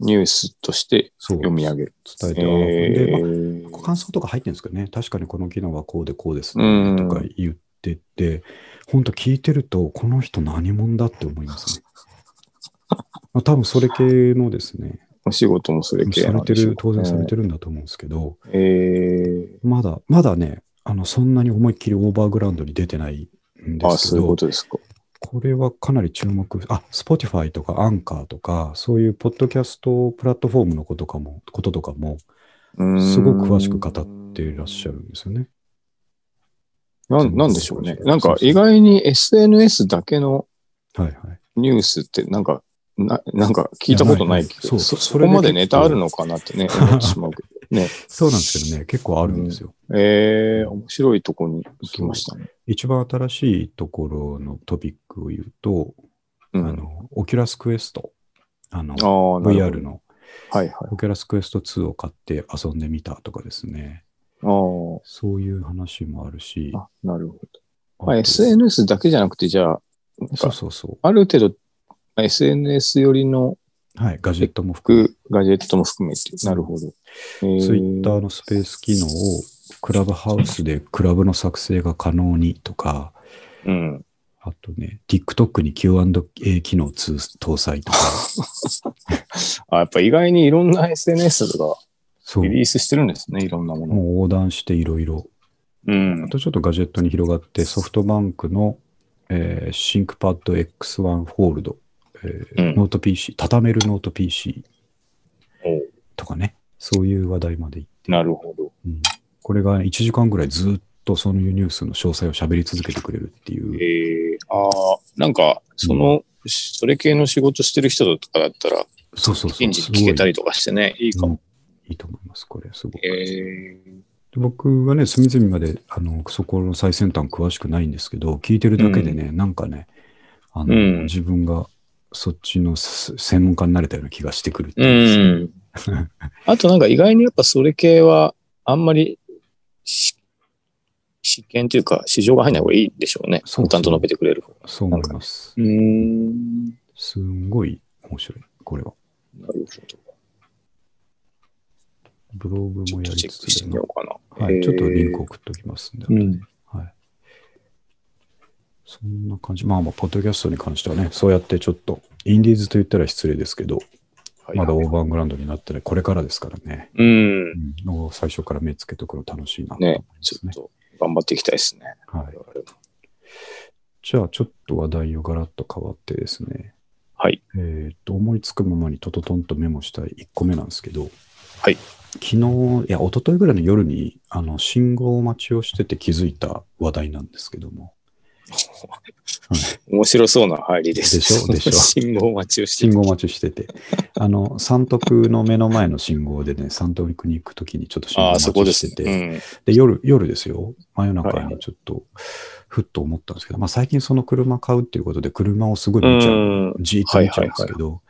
Speaker 1: ニュースとして
Speaker 2: そう
Speaker 1: 読み上げる。
Speaker 2: 伝えて、あーでまあ
Speaker 1: ー
Speaker 2: 感想とか入ってるんですけどね、確かにこの機能はこうでこうです
Speaker 1: う
Speaker 2: ね
Speaker 1: ん
Speaker 2: とか言ってて、本当聞いてると、この人何者だって思い ますね。まあ、多分それ系のですね、
Speaker 1: お仕事もそれ系
Speaker 2: さ
Speaker 1: な
Speaker 2: れ
Speaker 1: ん
Speaker 2: て
Speaker 1: でしょ
Speaker 2: る
Speaker 1: う、
Speaker 2: 当然されてるんだと思うんですけど、
Speaker 1: えー
Speaker 2: まだ、まだね、あのそんなに思いっきりオーバーグラウンドに出てないんで
Speaker 1: あ、
Speaker 2: すけ
Speaker 1: そういう
Speaker 2: ど
Speaker 1: こ、とですか。
Speaker 2: これはかなり注目、あ、Spotify とかアンカーとか、そういうポッドキャストプラットフォームのことかも、こととかも、す
Speaker 1: す
Speaker 2: ごく詳しく語っていらっしゃるんですよね。
Speaker 1: なんなんでしょうね。なんか意外に SNS だけの
Speaker 2: はいはい。
Speaker 1: ニュースってなんか、ななんか聞いたことないけ
Speaker 2: いやな
Speaker 1: ど、
Speaker 2: いそ
Speaker 1: そ
Speaker 2: う
Speaker 1: そこま
Speaker 2: それで結構
Speaker 1: でネタあるのかなってね、思ってしまうけ
Speaker 2: そうなんですけどね、結構あるんですよ。
Speaker 1: ど。えー、面白いとこに行きましたね。
Speaker 2: 一番新しいところのトピックを言うと、
Speaker 1: うん、
Speaker 2: あの、オキュラスクエスト、あの、
Speaker 1: あーなるほ
Speaker 2: VR
Speaker 1: ど
Speaker 2: の、
Speaker 1: はいはい。
Speaker 2: オキュラスクエスト2を買って遊んでみたとかですね、
Speaker 1: あー
Speaker 2: そういう話もあるし、
Speaker 1: あ、なるほど。
Speaker 2: あ
Speaker 1: まあ、
Speaker 2: と
Speaker 1: SNS だけじゃなくて、じゃあ、なん
Speaker 2: そう
Speaker 1: か
Speaker 2: そうそ
Speaker 1: ある程度、SNS 寄りの
Speaker 2: う。はい、ガジェットも含め
Speaker 1: 服ガジェットも含めて。なるほど。えー
Speaker 2: ツイッターのスペース機能をクラブハウスでクラブの作成が可能にとか、
Speaker 1: うん。
Speaker 2: あとね、TikTok に Q&A 機能通搭載とか、
Speaker 1: あ、やっぱ意外にいろんな SNS とか
Speaker 2: そう、
Speaker 1: リリ
Speaker 2: も
Speaker 1: ースしてるんですね、いろんなも
Speaker 2: う
Speaker 1: の。
Speaker 2: 横断していろいろ。
Speaker 1: うん
Speaker 2: あ。とちょっとガジェットに広がって、ソフトバンクの、えー、シンクパッド X1 ホールド、えー
Speaker 1: うん
Speaker 2: ノート PC、畳めるノート PC
Speaker 1: お
Speaker 2: とかね、そういう話題までいって、
Speaker 1: なるほど。
Speaker 2: うんこれが1時間ぐらいずっとそういうニュースの詳細を喋り続けてくれるっていう。
Speaker 1: えー、ああ、なんか、その、それ系の仕事してる人とかだったら、
Speaker 2: そうそうそう。
Speaker 1: 人事聞けた
Speaker 2: り
Speaker 1: りとかしてね、いいかも。
Speaker 2: いいと思います、これ、すごく。
Speaker 1: えー、
Speaker 2: で僕はね、隅々まで、あの、そこの最先端詳しくないんですけど、聞いてるだけでね、なんかね、あの、
Speaker 1: うん
Speaker 2: 自分がそっちのす専門家になれたような気がしてくるって
Speaker 1: う。
Speaker 2: いうん
Speaker 1: あとなんか意外にやっぱそれ系は、あんまりし、試験というか、市場が入んない方がいいでしょうね。
Speaker 2: そうそう
Speaker 1: 淡々と述べてくれる方が。
Speaker 2: そう思います。
Speaker 1: うーん。な
Speaker 2: すんごい面白い、これは。
Speaker 1: るほど。
Speaker 2: ブログ
Speaker 1: ちょ
Speaker 2: も
Speaker 1: っ
Speaker 2: や
Speaker 1: と
Speaker 2: り
Speaker 1: チェ
Speaker 2: つ
Speaker 1: ックし
Speaker 2: つ
Speaker 1: て
Speaker 2: で
Speaker 1: みよ
Speaker 2: の
Speaker 1: うかな。
Speaker 2: はい、ちょっとリンク
Speaker 1: を。
Speaker 2: 送っておきますんで、
Speaker 1: うん。
Speaker 2: はい。そんな感じ。まあまあ、ポッドキャストに関してはね、そうやってちょっと、インディーズと言ったら失礼ですけど、
Speaker 1: はい
Speaker 2: まだオーバーグラウンドになってない、これからですからね。
Speaker 1: うん。
Speaker 2: の最初から目つけとくの楽しいなと思い
Speaker 1: ね
Speaker 2: ま、
Speaker 1: ち
Speaker 2: す
Speaker 1: ょっ
Speaker 2: ね。
Speaker 1: と頑張っていきたいですね。
Speaker 2: はい、じゃあ、ちょっと話題をガラッと変わってですね、
Speaker 1: はい。
Speaker 2: えーっと思いつくままにとととんとメモしたい1個目なんですけど、
Speaker 1: はい
Speaker 2: 昨日、いや、一昨日ぐらいの夜にあの信号待ちをしてて気づいた話題なんですけども、
Speaker 1: 面白そうな入りです。
Speaker 2: でしょでしょ
Speaker 1: 信号待ちをして
Speaker 2: 信号待ちしてて、あの、三徳の目の前の信号でね、三徳に行くときにちょっと信号
Speaker 1: ああ、そこ
Speaker 2: 待
Speaker 1: で
Speaker 2: ちし
Speaker 1: す
Speaker 2: てて、
Speaker 1: ね。
Speaker 2: で、夜、夜ですよ。真夜中
Speaker 1: はいは
Speaker 2: にちょっと、ふっと思ったんですけど、まあ最近その車買うっていうことで、車をすごい見ちゃう。
Speaker 1: うん
Speaker 2: じーっと見ちゃうんですけど、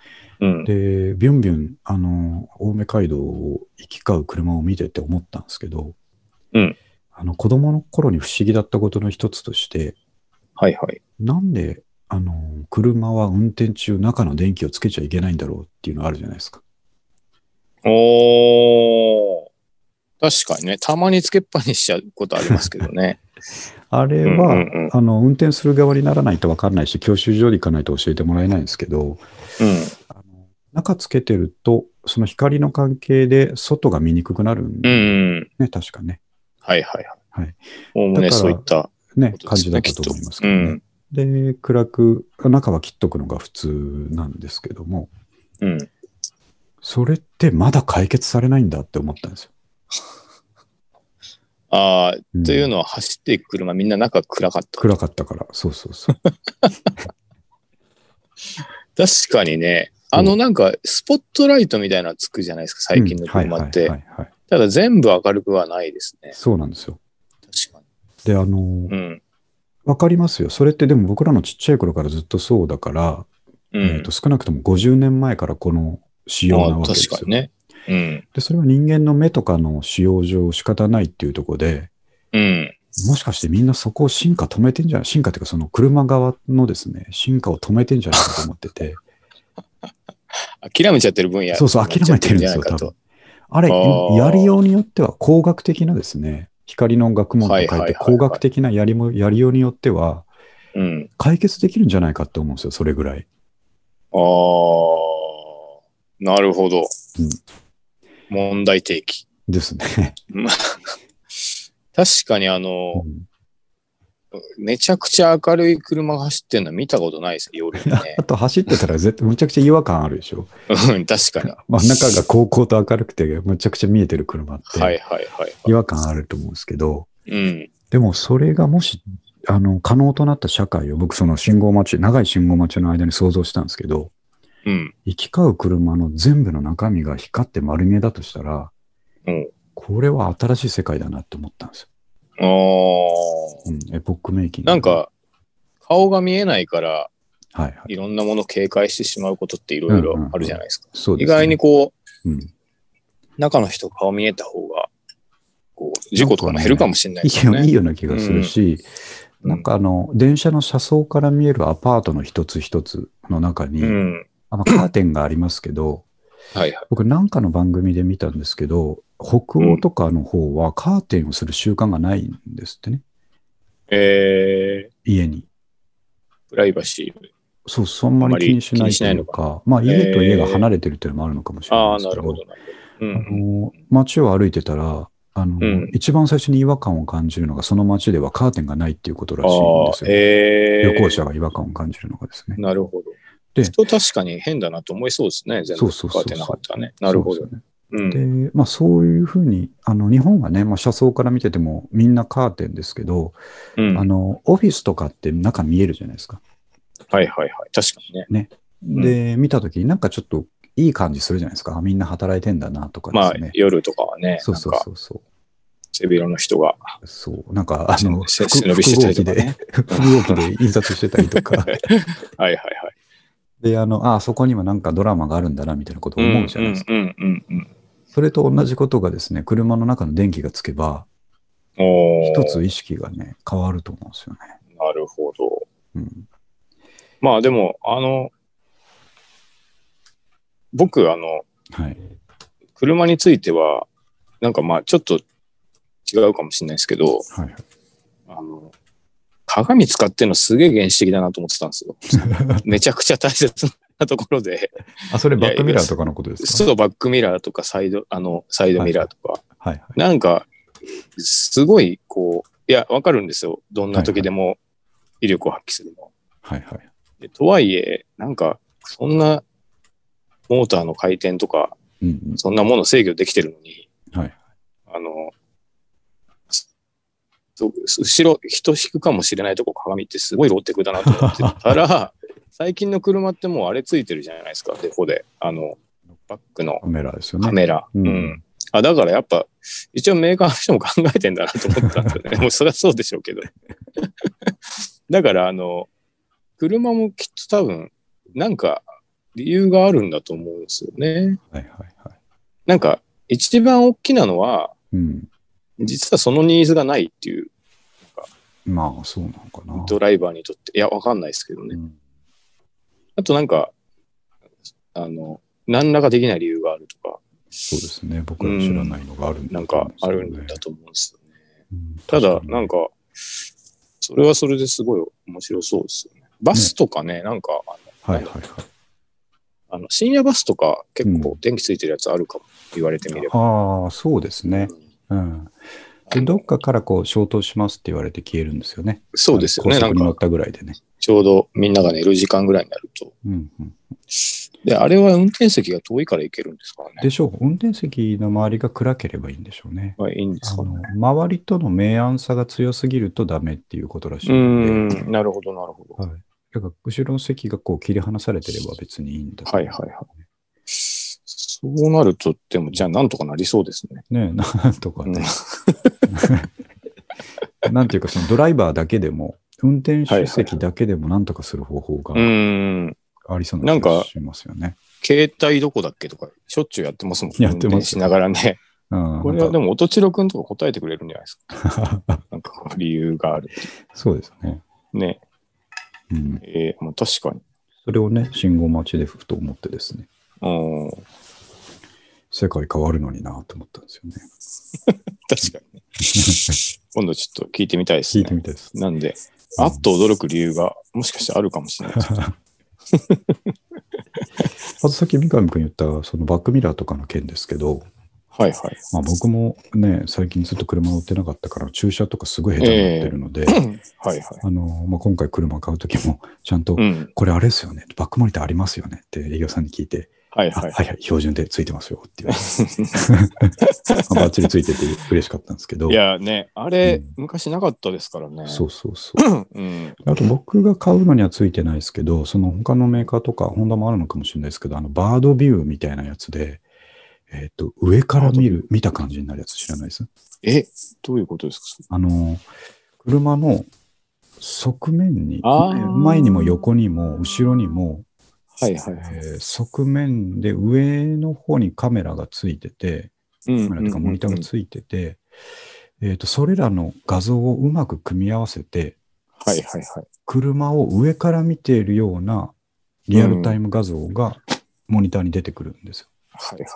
Speaker 1: うん。
Speaker 2: で、ビュンビュン、あの、青梅街道を行き交う車を見てて思ったんですけど、
Speaker 1: うん
Speaker 2: あの、子供の頃に不思議だったことの一つとして、
Speaker 1: はいはい。
Speaker 2: なんで、あの、車は運転中中の電気をつけちゃいけないんだろうっていうのあるじゃないですか。
Speaker 1: おー。確かにね、たまにつけっぱにしちゃうことありますけど ね。
Speaker 2: あれ
Speaker 1: うん
Speaker 2: は、
Speaker 1: うんうん
Speaker 2: あの、運転する側にならないと分かんないし、教習所に行かないと教えてもらえないんですけど、
Speaker 1: うん。
Speaker 2: あの中つけてると、その光の関係で外が見にくくなるん
Speaker 1: う
Speaker 2: で
Speaker 1: んうん。
Speaker 2: ね、確かね。
Speaker 1: はいはいは
Speaker 2: はいい。
Speaker 1: おおむ
Speaker 2: だ
Speaker 1: ね
Speaker 2: から
Speaker 1: そういった
Speaker 2: ね
Speaker 1: こ、と
Speaker 2: 感
Speaker 1: です
Speaker 2: じだ
Speaker 1: ね、
Speaker 2: った
Speaker 1: きっ
Speaker 2: と
Speaker 1: と。
Speaker 2: 思います
Speaker 1: う
Speaker 2: けどね
Speaker 1: ん。。
Speaker 2: で、暗く、中は切っとくのが普通なんですけども、
Speaker 1: うん。
Speaker 2: それってまだ解決されないんだって思ったんですよ。
Speaker 1: ああ、
Speaker 2: うん
Speaker 1: というのは走っていく車、みんな中暗かった。
Speaker 2: 暗かったから、そうそうそう。
Speaker 1: 確かにね、あのなんか、スポットライトみたいなのつくじゃないですか、最近の車って。
Speaker 2: うんはいはいはいはい
Speaker 1: ただ全部明るくはないですね。
Speaker 2: そうなんですよ。
Speaker 1: 確か
Speaker 2: で、あの
Speaker 1: に。うん。
Speaker 2: わかりますよ。それってでも僕らのちっちゃい頃からずっとそうだから、
Speaker 1: う
Speaker 2: えー
Speaker 1: ん
Speaker 2: と。少なくとも50年前からこの仕様な
Speaker 1: まあ
Speaker 2: わけです
Speaker 1: 確
Speaker 2: よ。
Speaker 1: かにね。うん。
Speaker 2: で、それは人間の目とかの使用上仕方ないっていうところで、
Speaker 1: うん。
Speaker 2: もしかしてみんなそこを進化止めてんじゃない進化っていうかその車側のですね、進化を止めてんじゃないかと思って て、
Speaker 1: 諦めちゃってる分野
Speaker 2: そうそう、諦めてるんですよ、
Speaker 1: にな
Speaker 2: 多
Speaker 1: っちゃって
Speaker 2: 分。あれ、
Speaker 1: あー
Speaker 2: やりようによっては工学的なですね、光の学問と書い
Speaker 1: はいはいはいは
Speaker 2: て工
Speaker 1: い
Speaker 2: 学的なやりも、やりようによっては
Speaker 1: るんじ
Speaker 2: 解決できるんじゃないかって思うんですよ、それぐらい。
Speaker 1: ゃないかと。うん。ああ、なるほど。
Speaker 2: うん
Speaker 1: 問題提起。
Speaker 2: ですね。
Speaker 1: まあ確かにあの、めちゃくちゃ明るい車が走ってるの見たことないですよ、夜に ね
Speaker 2: あ。と走ってたら絶対むちゃくちゃ違和感あるでしょ。
Speaker 1: うん、確かに。
Speaker 2: 真ん中が高校と明るくてむちゃくちゃ見えてる車って、
Speaker 1: はいはいはい
Speaker 2: 違和感あると思うんですけど、
Speaker 1: うん。
Speaker 2: でもそれがもし、あの、可能となった社会を僕その信号待ち、長い信号待ちの間に想像したんですけど、
Speaker 1: うん。
Speaker 2: 行き交う車の全部の中身が光って丸見えだとしたら、
Speaker 1: うん
Speaker 2: これは新しい世界だなって思ったんですよ。
Speaker 1: あー
Speaker 2: うん、エポックメイキング。
Speaker 1: なん、か、顔が見えないから、
Speaker 2: はいはい。
Speaker 1: いろんなものを警戒してしまうことっていろいろあるじゃないですか。
Speaker 2: そうで
Speaker 1: 意
Speaker 2: すね、
Speaker 1: 外にこ
Speaker 2: うん、
Speaker 1: う、中の人顔見えた方が、こう、事故とかも減るかもしれないですよ
Speaker 2: いいよいい
Speaker 1: ね。
Speaker 2: ような気がするし、
Speaker 1: うん
Speaker 2: なんかあの、電車の車窓から見えるアパートの一つ一つの中に、
Speaker 1: うん。
Speaker 2: あまあカーテンがありますけど、
Speaker 1: はいはい。
Speaker 2: 僕なんかの番組で見たんですけど、北欧とかの方はカーテンをする習慣がないんですってね、
Speaker 1: え
Speaker 2: 家に。
Speaker 1: ー、プライバシー。
Speaker 2: そうそう、あんまり気にしないというか、まあ家と家が離れてるっていうのもあるのかもしれな
Speaker 1: あ
Speaker 2: い
Speaker 1: あ、
Speaker 2: です
Speaker 1: な
Speaker 2: け
Speaker 1: る
Speaker 2: ど、
Speaker 1: ほどなるほど。う
Speaker 2: あ
Speaker 1: ん。
Speaker 2: の街を歩いてたら、あの、
Speaker 1: うん
Speaker 2: 一番最初に違和感を感じるのが、その街ではカーテンがないっていうことらしいん
Speaker 1: あ
Speaker 2: で
Speaker 1: あ
Speaker 2: す、よ。
Speaker 1: えー、
Speaker 2: 旅行者が違和感を感じるのがですね。
Speaker 1: なるほど。
Speaker 2: で
Speaker 1: 人確かに変だなと思いそうですね。全部
Speaker 2: そうそう
Speaker 1: カ
Speaker 2: そうそう
Speaker 1: ーテンなかったらね。なるほど
Speaker 2: そう。です
Speaker 1: うん
Speaker 2: よね。で、まあそういうふうに、あの日本はね、まあ車窓から見ててもみんなカーテンですけど、
Speaker 1: うん。
Speaker 2: あ
Speaker 1: はい
Speaker 2: の、オフィスとかって中見えるじゃないですか。
Speaker 1: はいはい。確かにね。
Speaker 2: で、見たときになんかちょっといい感じするじゃないですか。あみんな働いてんだなとかで
Speaker 1: まあ
Speaker 2: すね。
Speaker 1: 夜とかはね、
Speaker 2: そ
Speaker 1: な
Speaker 2: うんそう
Speaker 1: か
Speaker 2: そうそう。
Speaker 1: 背広の人が。
Speaker 2: そう、なんか、あの、
Speaker 1: せ
Speaker 2: 複
Speaker 1: 背伸
Speaker 2: 複
Speaker 1: び してた
Speaker 2: 合
Speaker 1: り
Speaker 2: 機
Speaker 1: とか
Speaker 2: で
Speaker 1: ね、
Speaker 2: 複合機で 印刷してたりとか、
Speaker 1: はいはいはい。
Speaker 2: で、あの、ああ、そこにはなんかドラマがあるんだな、みたいなことを思うじゃないですか。
Speaker 1: うんうんうんうん
Speaker 2: それと同じことがですね、車の中の電気がつけば、
Speaker 1: うん。おー
Speaker 2: 一つ意識がね、変わると思うんですよね。
Speaker 1: なるほど。
Speaker 2: うん。
Speaker 1: まあでも、あの、僕、あの、
Speaker 2: はい。
Speaker 1: 車については、なんかまあちょっと違うかもしれないですけど、
Speaker 2: はいはい。
Speaker 1: あの、鏡使ってんのすげえ原始的だなと思ってたんで すよ。めちゃくちゃ大切なところで、
Speaker 2: あ、それバックミラーとかのことですか
Speaker 1: そう、バックミラーとかサイド、あの、サイドミラーとか、
Speaker 2: はいはい。
Speaker 1: なんか、すごい、こう、いや、わかるんですよ。どんな時でも威力を発揮するの。
Speaker 2: はいはい。
Speaker 1: でとはいえ、なんか、そんなモーターの回転とか、
Speaker 2: うん うん。
Speaker 1: そんなもの制御できてるのに、
Speaker 2: はい。
Speaker 1: あの、そ後ろ、人引くかもしれないとこ鏡ってすごいローテクだ なと思ってたら、最近の車ってもうあれついてるじゃないですか、デフォで。あの、バックの
Speaker 2: カメラですよ
Speaker 1: カ
Speaker 2: ね。
Speaker 1: メラ。
Speaker 2: うん
Speaker 1: うん。あ、だからやっぱ、一応メーカーの人も考えてんだなと思ったんで すよね。もうそりゃそうでしょうけど。だから、あの、車もきっと多分、なんか理由があるんだと思うんですよね。
Speaker 2: はいはいは
Speaker 1: なんか、一番大きなのは、
Speaker 2: い。うん。
Speaker 1: 実はそのニーズがないっていう
Speaker 2: まあ、そうなのかな。
Speaker 1: ドライバーにとって、いや、わかんないですけど
Speaker 2: う
Speaker 1: ね。
Speaker 2: ん
Speaker 1: あとなんか、あの、何らかできない理由があるとか、
Speaker 2: そうですね。僕ら知らないのがあるだ
Speaker 1: なん
Speaker 2: と思
Speaker 1: か
Speaker 2: うです
Speaker 1: あ
Speaker 2: よね
Speaker 1: るんだと思うんですよね。
Speaker 2: うん
Speaker 1: ただ
Speaker 2: 確、に
Speaker 1: なんか、それはそれですごい面白そうですよね。バスとかね、なんかあの、
Speaker 2: はいはいはい。
Speaker 1: あの深夜バスとか結
Speaker 2: う
Speaker 1: 構電気ついてるやつあるかも、言われてみれば。
Speaker 2: ああ、そうですね。うん。で、
Speaker 1: うん
Speaker 2: どっかからこう消灯しますって言われて消えるんですよね。
Speaker 1: そうですよね。
Speaker 2: あの高
Speaker 1: なん
Speaker 2: 速に乗っ
Speaker 1: か、
Speaker 2: たぐらいでね。
Speaker 1: ちょうどみんなが寝る時間ぐらいになると。
Speaker 2: うんうん、
Speaker 1: で、あれは運転席が遠いから行けるんですからね。
Speaker 2: でしょう。運転席の周りが暗ければいいんでしょうね。
Speaker 1: まあ、いいんです
Speaker 2: あ
Speaker 1: かね。
Speaker 2: の周りとの明暗さが強すぎるとダメっていうことらしいうので、
Speaker 1: ん、なるほど、なるほど。
Speaker 2: はいだから後ろの席がこう切り離されてれば別にいいんだけど
Speaker 1: はいはいはい。そうなると、でも、じゃあなんとかなりそうですね。
Speaker 2: ねえ、なんとかね。なんていうか、そのドライバーだけでも、運転手席だけでもなんとかする方法が
Speaker 1: うーん。
Speaker 2: ありそうな気
Speaker 1: なん
Speaker 2: が
Speaker 1: か
Speaker 2: しますよね。
Speaker 1: 携帯どこだっけとか、しょっちゅうやってますもん
Speaker 2: やってます
Speaker 1: 運転しながらね。
Speaker 2: うん
Speaker 1: これ
Speaker 2: な
Speaker 1: は
Speaker 2: ん
Speaker 1: で
Speaker 2: か
Speaker 1: も、音千代くんとか答えてくれるんじゃないですか。 なんかこう理由がある。
Speaker 2: そうですね、
Speaker 1: ね。
Speaker 2: うん。
Speaker 1: えー、まあ確かに。
Speaker 2: それをね、信号待ちでふと思ってですね、
Speaker 1: うん。
Speaker 2: 世界変わるのになと思ったんですよね。
Speaker 1: 確かに ね。今度ちょっと聞いてみたいです
Speaker 2: 聞い
Speaker 1: ね
Speaker 2: て。みたいです。
Speaker 1: なんで、あっと驚く理由がもしかしてあるかもしれないです。
Speaker 2: あとさっき三上君言った、そのバックミラーとかの件ですけど、
Speaker 1: はいはい。
Speaker 2: まあ、僕もね、最近ずっと車乗ってなかったから、駐車とかすごい下手になってるので、
Speaker 1: はいはい。
Speaker 2: あのまあ、今回車買うときも、ちゃんと
Speaker 1: うん。
Speaker 2: これあれですよね。バックモニターありますよねって営業さんに聞いて、
Speaker 1: は
Speaker 2: あ
Speaker 1: いは
Speaker 2: はいい。はい、標準でついてますよっていう。バッチリついてて嬉しかったんですけど。
Speaker 1: いやね、あれ、
Speaker 2: う
Speaker 1: 昔なかったですからね。
Speaker 2: そうそうそう。
Speaker 1: うん。
Speaker 2: あと僕が買うのにはついてないですけど、その他のメーカーとか、ホンダもあるのかもしれないですけど、あのバードビューみたいなやつで、えっ、と、上から見る、見た感じになるやつ知らないです。
Speaker 1: え、どういうことですか
Speaker 2: あの、車の側面に、
Speaker 1: あー
Speaker 2: 前にも横にも後ろにも、
Speaker 1: はいは
Speaker 2: え
Speaker 1: いはい。
Speaker 2: ー側面で上の方にカメラがついてて、カメラとかモニターが
Speaker 1: うんうんうん
Speaker 2: ついてて、えーとそれらの画像をうまく組み合わせて、
Speaker 1: はいはいはい。
Speaker 2: 車を上から見ているようなリアルタイム画像がモニターに出てくるんですよ。
Speaker 1: はいは